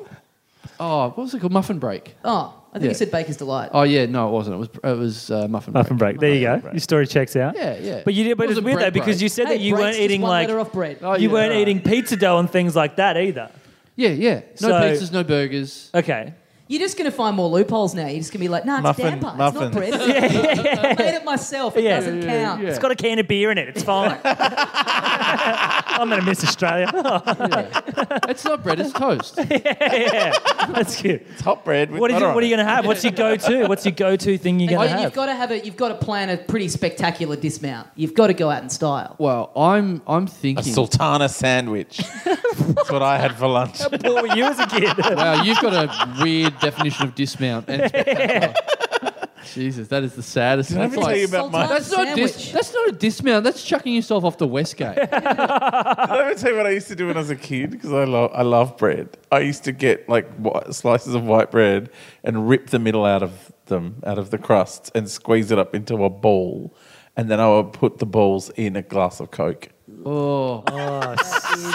Speaker 2: Oh, what was it called? Muffin break.
Speaker 1: Oh, I think
Speaker 2: Yeah.
Speaker 1: you said Baker's Delight.
Speaker 2: Oh yeah, no, it wasn't. It was it was uh, muffin break.
Speaker 3: Muffin break. There you go. Your story checks out.
Speaker 2: Yeah, yeah.
Speaker 3: But you did, but
Speaker 2: It was
Speaker 3: it's
Speaker 2: a
Speaker 3: weird though
Speaker 2: bread
Speaker 3: because
Speaker 2: break.
Speaker 3: you said
Speaker 1: Hey,
Speaker 3: that you
Speaker 1: break's
Speaker 3: weren't
Speaker 1: just
Speaker 3: eating
Speaker 1: one
Speaker 3: like
Speaker 1: letter off bread.
Speaker 2: Oh,
Speaker 3: you
Speaker 2: yeah,
Speaker 3: weren't
Speaker 2: right.
Speaker 3: eating pizza dough and things like that either.
Speaker 2: Yeah, yeah. No
Speaker 3: So-
Speaker 2: pizzas, no burgers.
Speaker 3: Okay.
Speaker 1: You're just going to find more loopholes now. You're just going to be like, nah,
Speaker 4: Muffin-
Speaker 1: it's damper.
Speaker 4: muffin.
Speaker 1: It's not bread. I made it myself. It
Speaker 3: Yeah.
Speaker 1: doesn't count.
Speaker 2: yeah.
Speaker 3: It's got a can of beer in it. It's fine. I'm gonna miss Australia.
Speaker 2: It's not bread, it's toast.
Speaker 3: That's cute.
Speaker 4: It's hot bread. With
Speaker 3: What, is
Speaker 4: butter
Speaker 3: it,
Speaker 4: on
Speaker 3: what are
Speaker 4: it.
Speaker 3: you gonna have? What's your go-to? What's your go-to thing you're
Speaker 1: And
Speaker 3: gonna
Speaker 1: Oh, you-
Speaker 3: have?
Speaker 1: you've got to have it. You've got to plan a pretty spectacular dismount. You've got to go out in style.
Speaker 2: Well, I'm I'm
Speaker 4: A
Speaker 2: thinking.
Speaker 4: sultana sandwich. That's what I had for lunch.
Speaker 3: what were you as a kid?
Speaker 2: Wow, you've got a weird definition of dismount. And Jesus, that is the saddest.
Speaker 4: Did I
Speaker 2: That's,
Speaker 4: ever tell you
Speaker 2: like,
Speaker 4: about my?
Speaker 1: Sultana-
Speaker 2: that's not dis-
Speaker 1: Sandwich.
Speaker 2: that's not a dismount. That's chucking yourself off the west gate.
Speaker 4: Did I ever tell you what I used to do when I was a kid? Because I love I love bread. I used to get like whi- slices of white bread and rip the middle out of them, out of the crusts, and squeeze it up into a ball, and then I would put the balls in a glass of coke.
Speaker 2: Oh,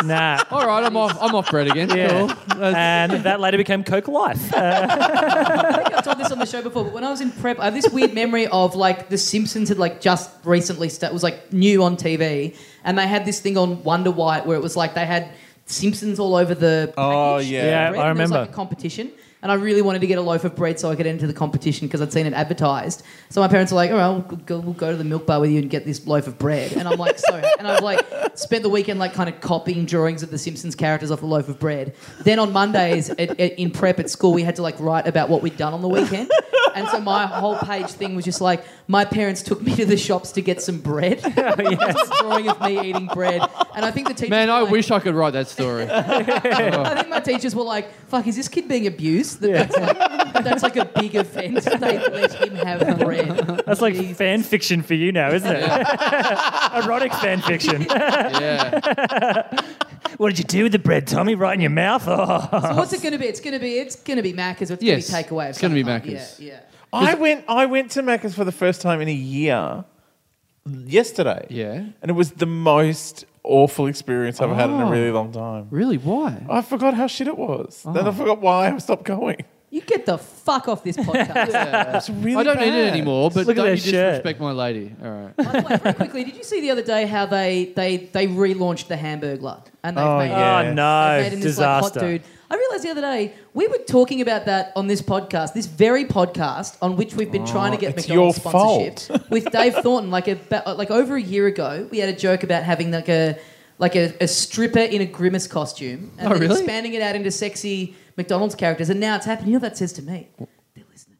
Speaker 3: nah.
Speaker 2: all right, I'm off. I'm off bread again.
Speaker 3: Yeah.
Speaker 2: Cool.
Speaker 3: And that later became Coke Life. Uh,
Speaker 1: I've told this on the show before, but when I was in prep, I have this weird memory of like The Simpsons had like just recently sta- was like new on TV, and they had this thing on Wonder White where it was like they had Simpsons all over the.
Speaker 4: Oh,
Speaker 1: package.
Speaker 4: yeah. Yeah,
Speaker 1: Bread,
Speaker 3: I
Speaker 1: and there was, like,
Speaker 3: remember.
Speaker 1: a competition. And I really wanted to get a loaf of bread so I could enter the competition because I'd seen it advertised. So my parents were like, "All right, we'll go, we'll go to the milk bar with you and get this loaf of bread." And I'm like, "So," and I've like spent the weekend like kind of copying drawings of the Simpsons characters off the loaf of bread. Then on Mondays at, at, in prep at school, we had to like write about what we'd done on the weekend. And so my whole page thing was just like, my parents took me to the shops to get some bread. Just a drawing of me eating bread. And I think
Speaker 4: Uh,
Speaker 1: the teacher
Speaker 2: Man, I
Speaker 1: like,
Speaker 2: wish I could write that story.
Speaker 1: I think my teachers were like, "Fuck, is this kid being abused?" That- That's, like, that's like a big offence. They let him have bread.
Speaker 3: That's like fan fiction for you now, isn't it? Erotic fan fiction.
Speaker 2: Yeah.
Speaker 3: what did you do with the bread, Tommy? Right in your mouth? Oh.
Speaker 1: So what's it going to be? It's going to be it's going to be Macca's. Or it's
Speaker 2: Yes,
Speaker 1: going to be takeaway. of
Speaker 2: it's gonna be
Speaker 1: some kind.
Speaker 2: Macca's.
Speaker 1: Yeah, yeah.
Speaker 4: I went I went to Macca's for the first time in a year yesterday.
Speaker 2: Yeah.
Speaker 4: And it was the most awful experience I've had in a really long time.
Speaker 2: Really? Why?
Speaker 4: I forgot how shit it was. Then I
Speaker 3: Ah.
Speaker 4: forgot why I stopped going.
Speaker 1: You get the fuck off this podcast.
Speaker 4: It's really
Speaker 2: I don't need it
Speaker 4: bad.
Speaker 2: anymore. But
Speaker 3: Look at
Speaker 2: don't you
Speaker 3: that shirt.
Speaker 2: disrespect my lady? All right.
Speaker 1: By the way, very quickly, did you see the other day how they they they relaunched the Hamburglar and they've
Speaker 4: Oh,
Speaker 1: made
Speaker 4: yeah.
Speaker 3: Oh,
Speaker 1: They've
Speaker 3: no.
Speaker 1: made him this, like,
Speaker 3: Disaster.
Speaker 1: hot dude. I realized the other day we were talking about that on this podcast, this very podcast on which we've been trying to get
Speaker 4: it's
Speaker 1: McDonald's
Speaker 4: your
Speaker 1: sponsorship with Dave Thornton. Like a like over a year ago, we had a joke about having like a like a, a stripper in a grimace costume and
Speaker 2: Oh,
Speaker 1: then
Speaker 2: really?
Speaker 1: expanding it out into sexy McDonald's characters. And now it's happening. You know what that says to me? They're listening.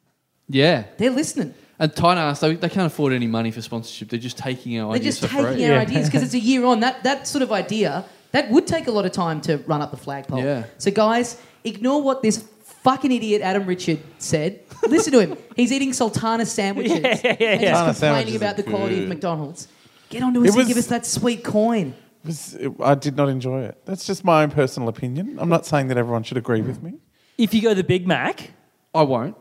Speaker 2: Yeah.
Speaker 1: They're listening.
Speaker 2: And Tyne asked, they, they can't afford any money for sponsorship. They're just taking our
Speaker 1: They're
Speaker 2: ideas
Speaker 1: just
Speaker 2: for
Speaker 1: taking our
Speaker 2: free.
Speaker 1: ideas because it's a year on. That that sort of idea that would take a lot of time to run up the flagpole.
Speaker 2: Yeah.
Speaker 1: So guys, ignore what this fucking idiot Adam Richard said. Listen to him. He's eating sultana sandwiches
Speaker 3: Yeah, yeah, yeah,
Speaker 1: and
Speaker 3: yeah.
Speaker 1: just
Speaker 4: Sultana
Speaker 1: complaining
Speaker 4: sandwiches
Speaker 1: about
Speaker 4: are
Speaker 1: the quality of
Speaker 4: good.
Speaker 1: McDonald's. Get onto us
Speaker 4: It
Speaker 1: and
Speaker 4: was-
Speaker 1: give us that sweet coin.
Speaker 4: It was- it- I did not enjoy it. That's just my own personal opinion. I'm not saying that everyone should agree with me.
Speaker 3: If you go the Big Mac,
Speaker 2: I won't.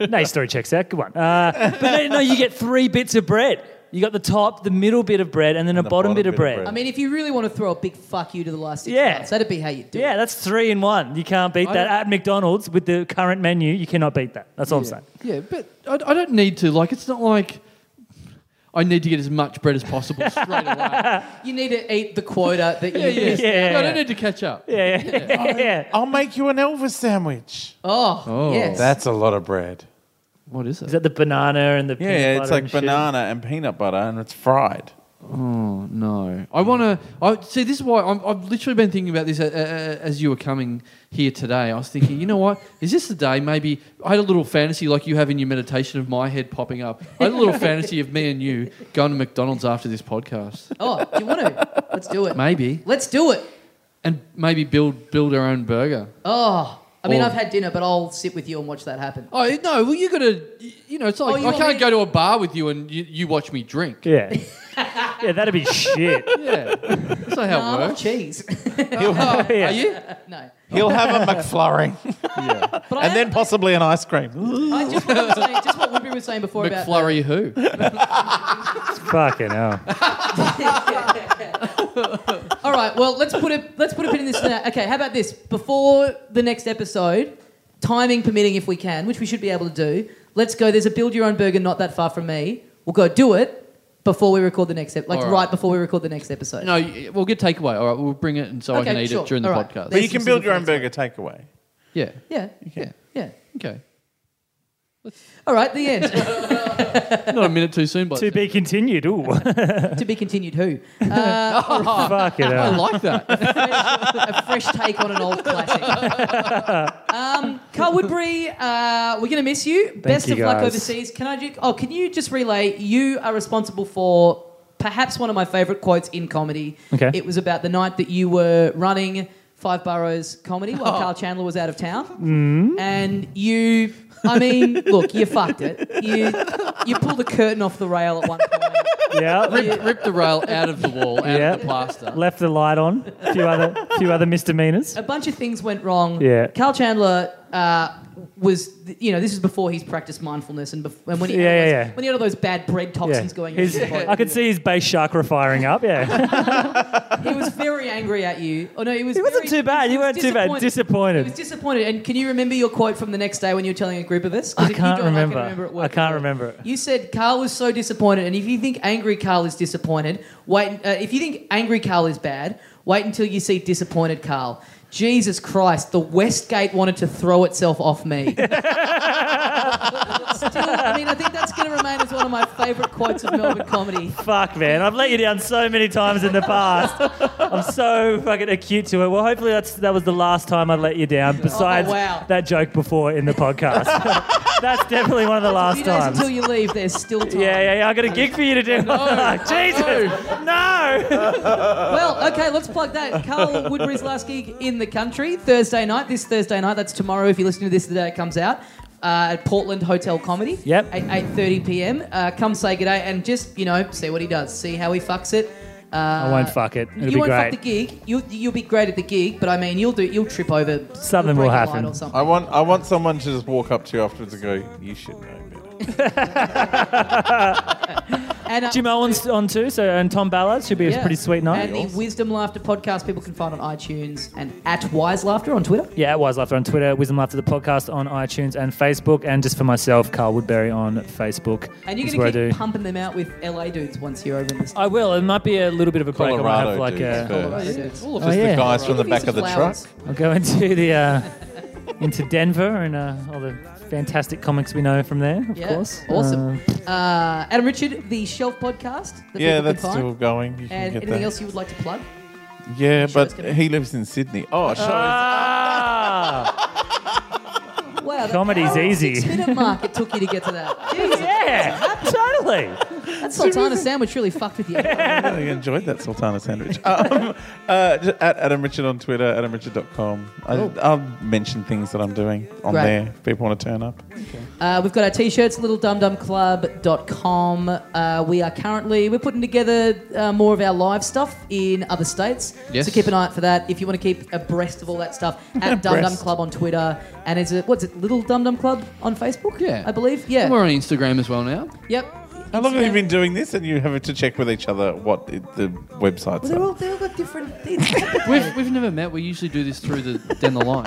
Speaker 3: no, your story checks out. Good one. Uh, but no, no, you get three bits of bread. You got the top, the middle bit of bread, and then a
Speaker 4: the
Speaker 3: bottom, bit of bread.
Speaker 1: I mean, if you really want to throw a big fuck you to the last six
Speaker 3: Yeah.
Speaker 1: months, that'd be how you do
Speaker 3: Yeah,
Speaker 1: it.
Speaker 3: that's three in one. You can't beat
Speaker 2: I
Speaker 3: that
Speaker 2: don't-
Speaker 3: at McDonald's with the current menu. You cannot beat that. That's all I'm saying.
Speaker 2: Yeah, but I, I don't need to. Like, it's not like I need to get as much bread as possible straight away. yeah,
Speaker 1: You need to eat the quota that you
Speaker 2: yeah,
Speaker 1: missed.
Speaker 3: Yeah,
Speaker 2: No, I
Speaker 3: yeah.
Speaker 2: don't need to catch up.
Speaker 3: Yeah, yeah, yeah.
Speaker 4: I'll make you an Elvis sandwich.
Speaker 1: Oh,
Speaker 2: Oh.
Speaker 1: yes.
Speaker 4: That's a lot of bread.
Speaker 2: What is
Speaker 3: Is
Speaker 2: it?
Speaker 3: that the banana and the
Speaker 4: Yeah,
Speaker 3: peanut
Speaker 4: yeah,
Speaker 3: butter
Speaker 4: it's like
Speaker 3: and shit?
Speaker 4: banana and peanut butter, and it's fried.
Speaker 2: Oh no! I want to. I see. This is why I'm, I've literally been thinking about this uh, uh, as you were coming here today. I was thinking, you know what? Is this the day? Maybe I had a little fantasy, like you have in your meditation, of my head popping up. I had a little fantasy of me and you going to McDonald's after this podcast.
Speaker 1: Oh, do you want to? Let's do it.
Speaker 2: Maybe,
Speaker 1: Let's do it.
Speaker 2: and maybe build build our own burger.
Speaker 1: Oh, I mean,
Speaker 2: Or-
Speaker 1: I've had dinner, but I'll sit with you and watch that happen.
Speaker 2: Oh no! Well, you gotta. You know, it's not
Speaker 1: Oh,
Speaker 2: like
Speaker 1: you
Speaker 2: I
Speaker 1: want
Speaker 2: can't
Speaker 1: me-
Speaker 2: go to a bar with you and you, you watch me drink.
Speaker 3: Yeah. yeah, that'd be shit.
Speaker 2: Yeah, that's not how
Speaker 1: Nah,
Speaker 2: it
Speaker 1: I'm
Speaker 2: works.
Speaker 1: Ah, cheese.
Speaker 3: Yeah.
Speaker 2: Are you?
Speaker 1: no.
Speaker 4: He'll have a McFlurry,
Speaker 1: But I
Speaker 4: and then
Speaker 1: am-
Speaker 4: possibly an ice cream.
Speaker 1: I just what, I'm saying, just what Woodbury was saying before about uh,
Speaker 2: McFlurry who?
Speaker 3: Fucking hell.
Speaker 1: All right. Well, let's put it. Let's put a pin in this. For now. Okay. How about this? Before the next episode, timing permitting, if we can, which we should be able to do, let's go. There's a build your own burger not that far from me. We'll go do it before we record the next ep- like
Speaker 2: All
Speaker 1: right.
Speaker 2: right.
Speaker 1: before we record the next episode.
Speaker 2: No, y- we'll get takeaway. All right, we'll bring it, and so I
Speaker 1: Okay,
Speaker 2: can eat
Speaker 1: sure.
Speaker 2: it during the
Speaker 1: All right.
Speaker 2: podcast.
Speaker 4: But you
Speaker 1: There's
Speaker 4: can
Speaker 1: some
Speaker 4: build your own
Speaker 1: simple
Speaker 4: burger takeaway.
Speaker 2: Yeah,
Speaker 1: Yeah.
Speaker 2: yeah,
Speaker 1: Yeah.
Speaker 2: okay.
Speaker 1: All right. The end.
Speaker 2: Not a minute too soon, but
Speaker 3: to be continued. Ooh.
Speaker 1: to be continued. Who? Uh,
Speaker 3: Fucking hell.
Speaker 2: I like that.
Speaker 1: a fresh take on an old classic. Um, Carl Woodbury, uh, we're going to miss you. Best
Speaker 3: you,
Speaker 1: of luck
Speaker 3: guys.
Speaker 1: overseas. Can I? ju- Oh, can you just relay? You are responsible for perhaps one of my favourite quotes in comedy.
Speaker 3: Okay.
Speaker 1: It was about the night that you were running Five Boroughs comedy while Carl Chandler was out of town,
Speaker 3: Mm-hmm.
Speaker 1: and you. I mean, look, you fucked it. You you pulled the curtain off the rail at one point.
Speaker 3: Yeah.
Speaker 2: Rip, rip the rail out of the wall, out
Speaker 3: Yeah.
Speaker 2: of the plaster.
Speaker 3: Left the light on. A few other, few other misdemeanors.
Speaker 1: a bunch of things went wrong.
Speaker 3: Yeah.
Speaker 1: Carl Chandler uh, was, you know, this is before he's practiced mindfulness and, bef- and when, he
Speaker 3: Yeah,
Speaker 1: had all
Speaker 3: yeah,
Speaker 1: those-
Speaker 3: yeah.
Speaker 1: when he had all those bad bread
Speaker 3: Yeah.
Speaker 1: toxins going
Speaker 3: His-
Speaker 1: into his body.
Speaker 3: I could see his base chakra firing up. Yeah.
Speaker 1: He was very angry at you. Oh, no, he was
Speaker 3: it wasn't
Speaker 1: very-
Speaker 3: too bad.
Speaker 1: he
Speaker 3: You
Speaker 1: was
Speaker 3: weren't too bad.
Speaker 1: He was
Speaker 3: Disappointed.
Speaker 1: disappointed. And can you remember your quote from the next day when you were telling a group of us? 'Cause
Speaker 3: I
Speaker 1: if you
Speaker 3: can't
Speaker 1: don't,
Speaker 3: remember.
Speaker 1: I, can remember it
Speaker 3: I
Speaker 1: working
Speaker 3: can't
Speaker 1: well.
Speaker 3: remember it.
Speaker 1: You said Carl was so disappointed, and if you think angry Carl is disappointed, wait. Uh, if you think angry Carl is bad, wait until you see disappointed Carl. Jesus Christ, the Westgate wanted to throw itself off me. Still, I mean, I think that's going to remain as one of my favourite quotes of Melbourne comedy.
Speaker 3: Fuck, man. I've let you down so many times in the past. I'm so fucking acute to it. Well, hopefully that's, that was the last time I let you down, besides
Speaker 1: Oh, wow.
Speaker 3: that joke before in the podcast. that's definitely one of the
Speaker 1: Few
Speaker 3: last
Speaker 1: days
Speaker 3: times.
Speaker 1: until you leave, there's still time.
Speaker 3: Yeah, yeah, yeah. I got a gig for you to do. Jesus, no.
Speaker 1: Well, okay, let's plug that. Carl Woodbury's last gig in the country, Thursday night. This Thursday night, that's tomorrow. If you listen to this the day it comes out, uh, at Portland Hotel Comedy.
Speaker 3: Yep.
Speaker 1: At eight thirty p.m. Uh, come say good day and just you know see what he does, see how he fucks it. Uh,
Speaker 3: I won't fuck it. It'll
Speaker 1: you
Speaker 3: be
Speaker 1: won't
Speaker 3: great.
Speaker 1: fuck the gig. You'll you'll be great at the gig, but I mean you'll do you'll trip over
Speaker 3: Something
Speaker 1: you'll break
Speaker 3: will
Speaker 1: a light
Speaker 3: happen.
Speaker 1: Or something.
Speaker 4: I want, I want someone to just walk up to you afterwards and go, "You should know better."
Speaker 1: And, uh,
Speaker 3: Jim Owen's on too, so and Tom Ballard should be
Speaker 1: yeah.
Speaker 3: a pretty sweet night.
Speaker 1: And the Wisdom Laughter podcast people can find on iTunes and at Wise Laughter on Twitter.
Speaker 3: yeah, at Wise Laughter on Twitter, Wisdom Laughter the podcast on iTunes and Facebook, and just for myself, Carl Woodbury on Facebook.
Speaker 1: And you're
Speaker 3: is
Speaker 1: going
Speaker 3: where
Speaker 1: to keep
Speaker 3: I do.
Speaker 1: pumping them out with LA dudes once you're over in the
Speaker 3: I will. It might be a little bit of a break. I might
Speaker 4: Colorado
Speaker 3: have like
Speaker 4: dudes
Speaker 3: a.
Speaker 4: first.
Speaker 1: States.
Speaker 2: All of
Speaker 3: Oh,
Speaker 2: us.
Speaker 4: The
Speaker 3: yeah.
Speaker 4: guys from the
Speaker 1: Give you
Speaker 4: back
Speaker 1: some
Speaker 4: of the
Speaker 1: flowers.
Speaker 4: truck.
Speaker 3: I'll go into the uh, into Denver and uh, all the fantastic comics we know from there, of
Speaker 1: Yeah,
Speaker 3: course.
Speaker 1: awesome.
Speaker 3: Uh,
Speaker 1: Uh, Adam Richard, the Shelf Podcast. That
Speaker 4: Yeah,
Speaker 1: people
Speaker 4: that's
Speaker 1: can find.
Speaker 4: still going. You can
Speaker 1: And
Speaker 4: get
Speaker 1: anything
Speaker 4: that.
Speaker 1: else you would like to plug?
Speaker 4: Yeah,
Speaker 1: Sure, it's
Speaker 4: but
Speaker 1: gonna be-
Speaker 4: he lives in Sydney. Oh,
Speaker 3: Uh,
Speaker 4: sure.
Speaker 3: ah,
Speaker 1: Wow, that
Speaker 3: Comedy's
Speaker 1: hour and
Speaker 3: easy.
Speaker 1: Six minute mark it took you to get to that. Jesus,
Speaker 3: yeah, totally.
Speaker 1: That sultana sandwich really fucked with you.
Speaker 4: I really enjoyed that sultana sandwich. Um, uh, j- at Adam Richard on Twitter, adamrichard.com. I,
Speaker 1: Oh.
Speaker 4: I'll mention things that I'm doing on
Speaker 1: Great.
Speaker 4: there if people want to turn up.
Speaker 1: Uh, we've got our t-shirts, littledumdumclub.com. Uh, we are currently, we're putting together uh, more of our live stuff in other states.
Speaker 2: Yes.
Speaker 1: So keep an eye out for that. If you want to keep abreast of all that stuff, at Dum Dum
Speaker 4: Abreast.
Speaker 1: Club on Twitter. And is it, what's it, Little Dum Dum Club on Facebook?
Speaker 2: Yeah.
Speaker 1: I believe, yeah.
Speaker 2: We're on Instagram as well now.
Speaker 1: Yep.
Speaker 4: How long have you
Speaker 1: Instagram.
Speaker 4: been doing this and you have to check with each other what it, the websites
Speaker 1: Well, they're
Speaker 4: are?
Speaker 1: all, they've all got different things.
Speaker 2: We've, we've never met. We usually do this through the down the line.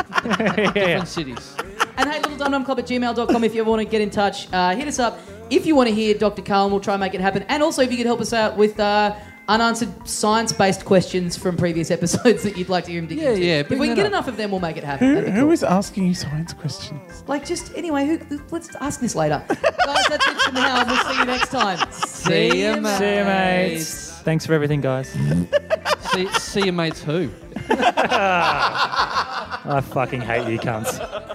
Speaker 2: Different cities.
Speaker 1: And hey, littledumdumclub at gmail.com if you want to get in touch. Uh, hit us up. If you want to hear Dr. Cullen, we'll try and make it happen. And also, if you could help us out with uh, unanswered science based questions from previous episodes that you'd like to hear him dig
Speaker 2: Yeah,
Speaker 1: into.
Speaker 2: yeah,
Speaker 1: If
Speaker 2: bring
Speaker 1: we can
Speaker 2: that
Speaker 1: get
Speaker 2: up.
Speaker 1: enough of them, we'll make it happen.
Speaker 4: Who,
Speaker 1: That'd be
Speaker 4: who
Speaker 1: cool.
Speaker 4: is asking you science questions?
Speaker 1: Like, just anyway, who, let's ask this later. Guys, that's it for now. We'll see you next time.
Speaker 2: See ya, mate.
Speaker 3: See
Speaker 2: mates.
Speaker 3: you, mates. Thanks for everything, guys.
Speaker 2: See, see you, mates. Who?
Speaker 3: I fucking hate you, cunts.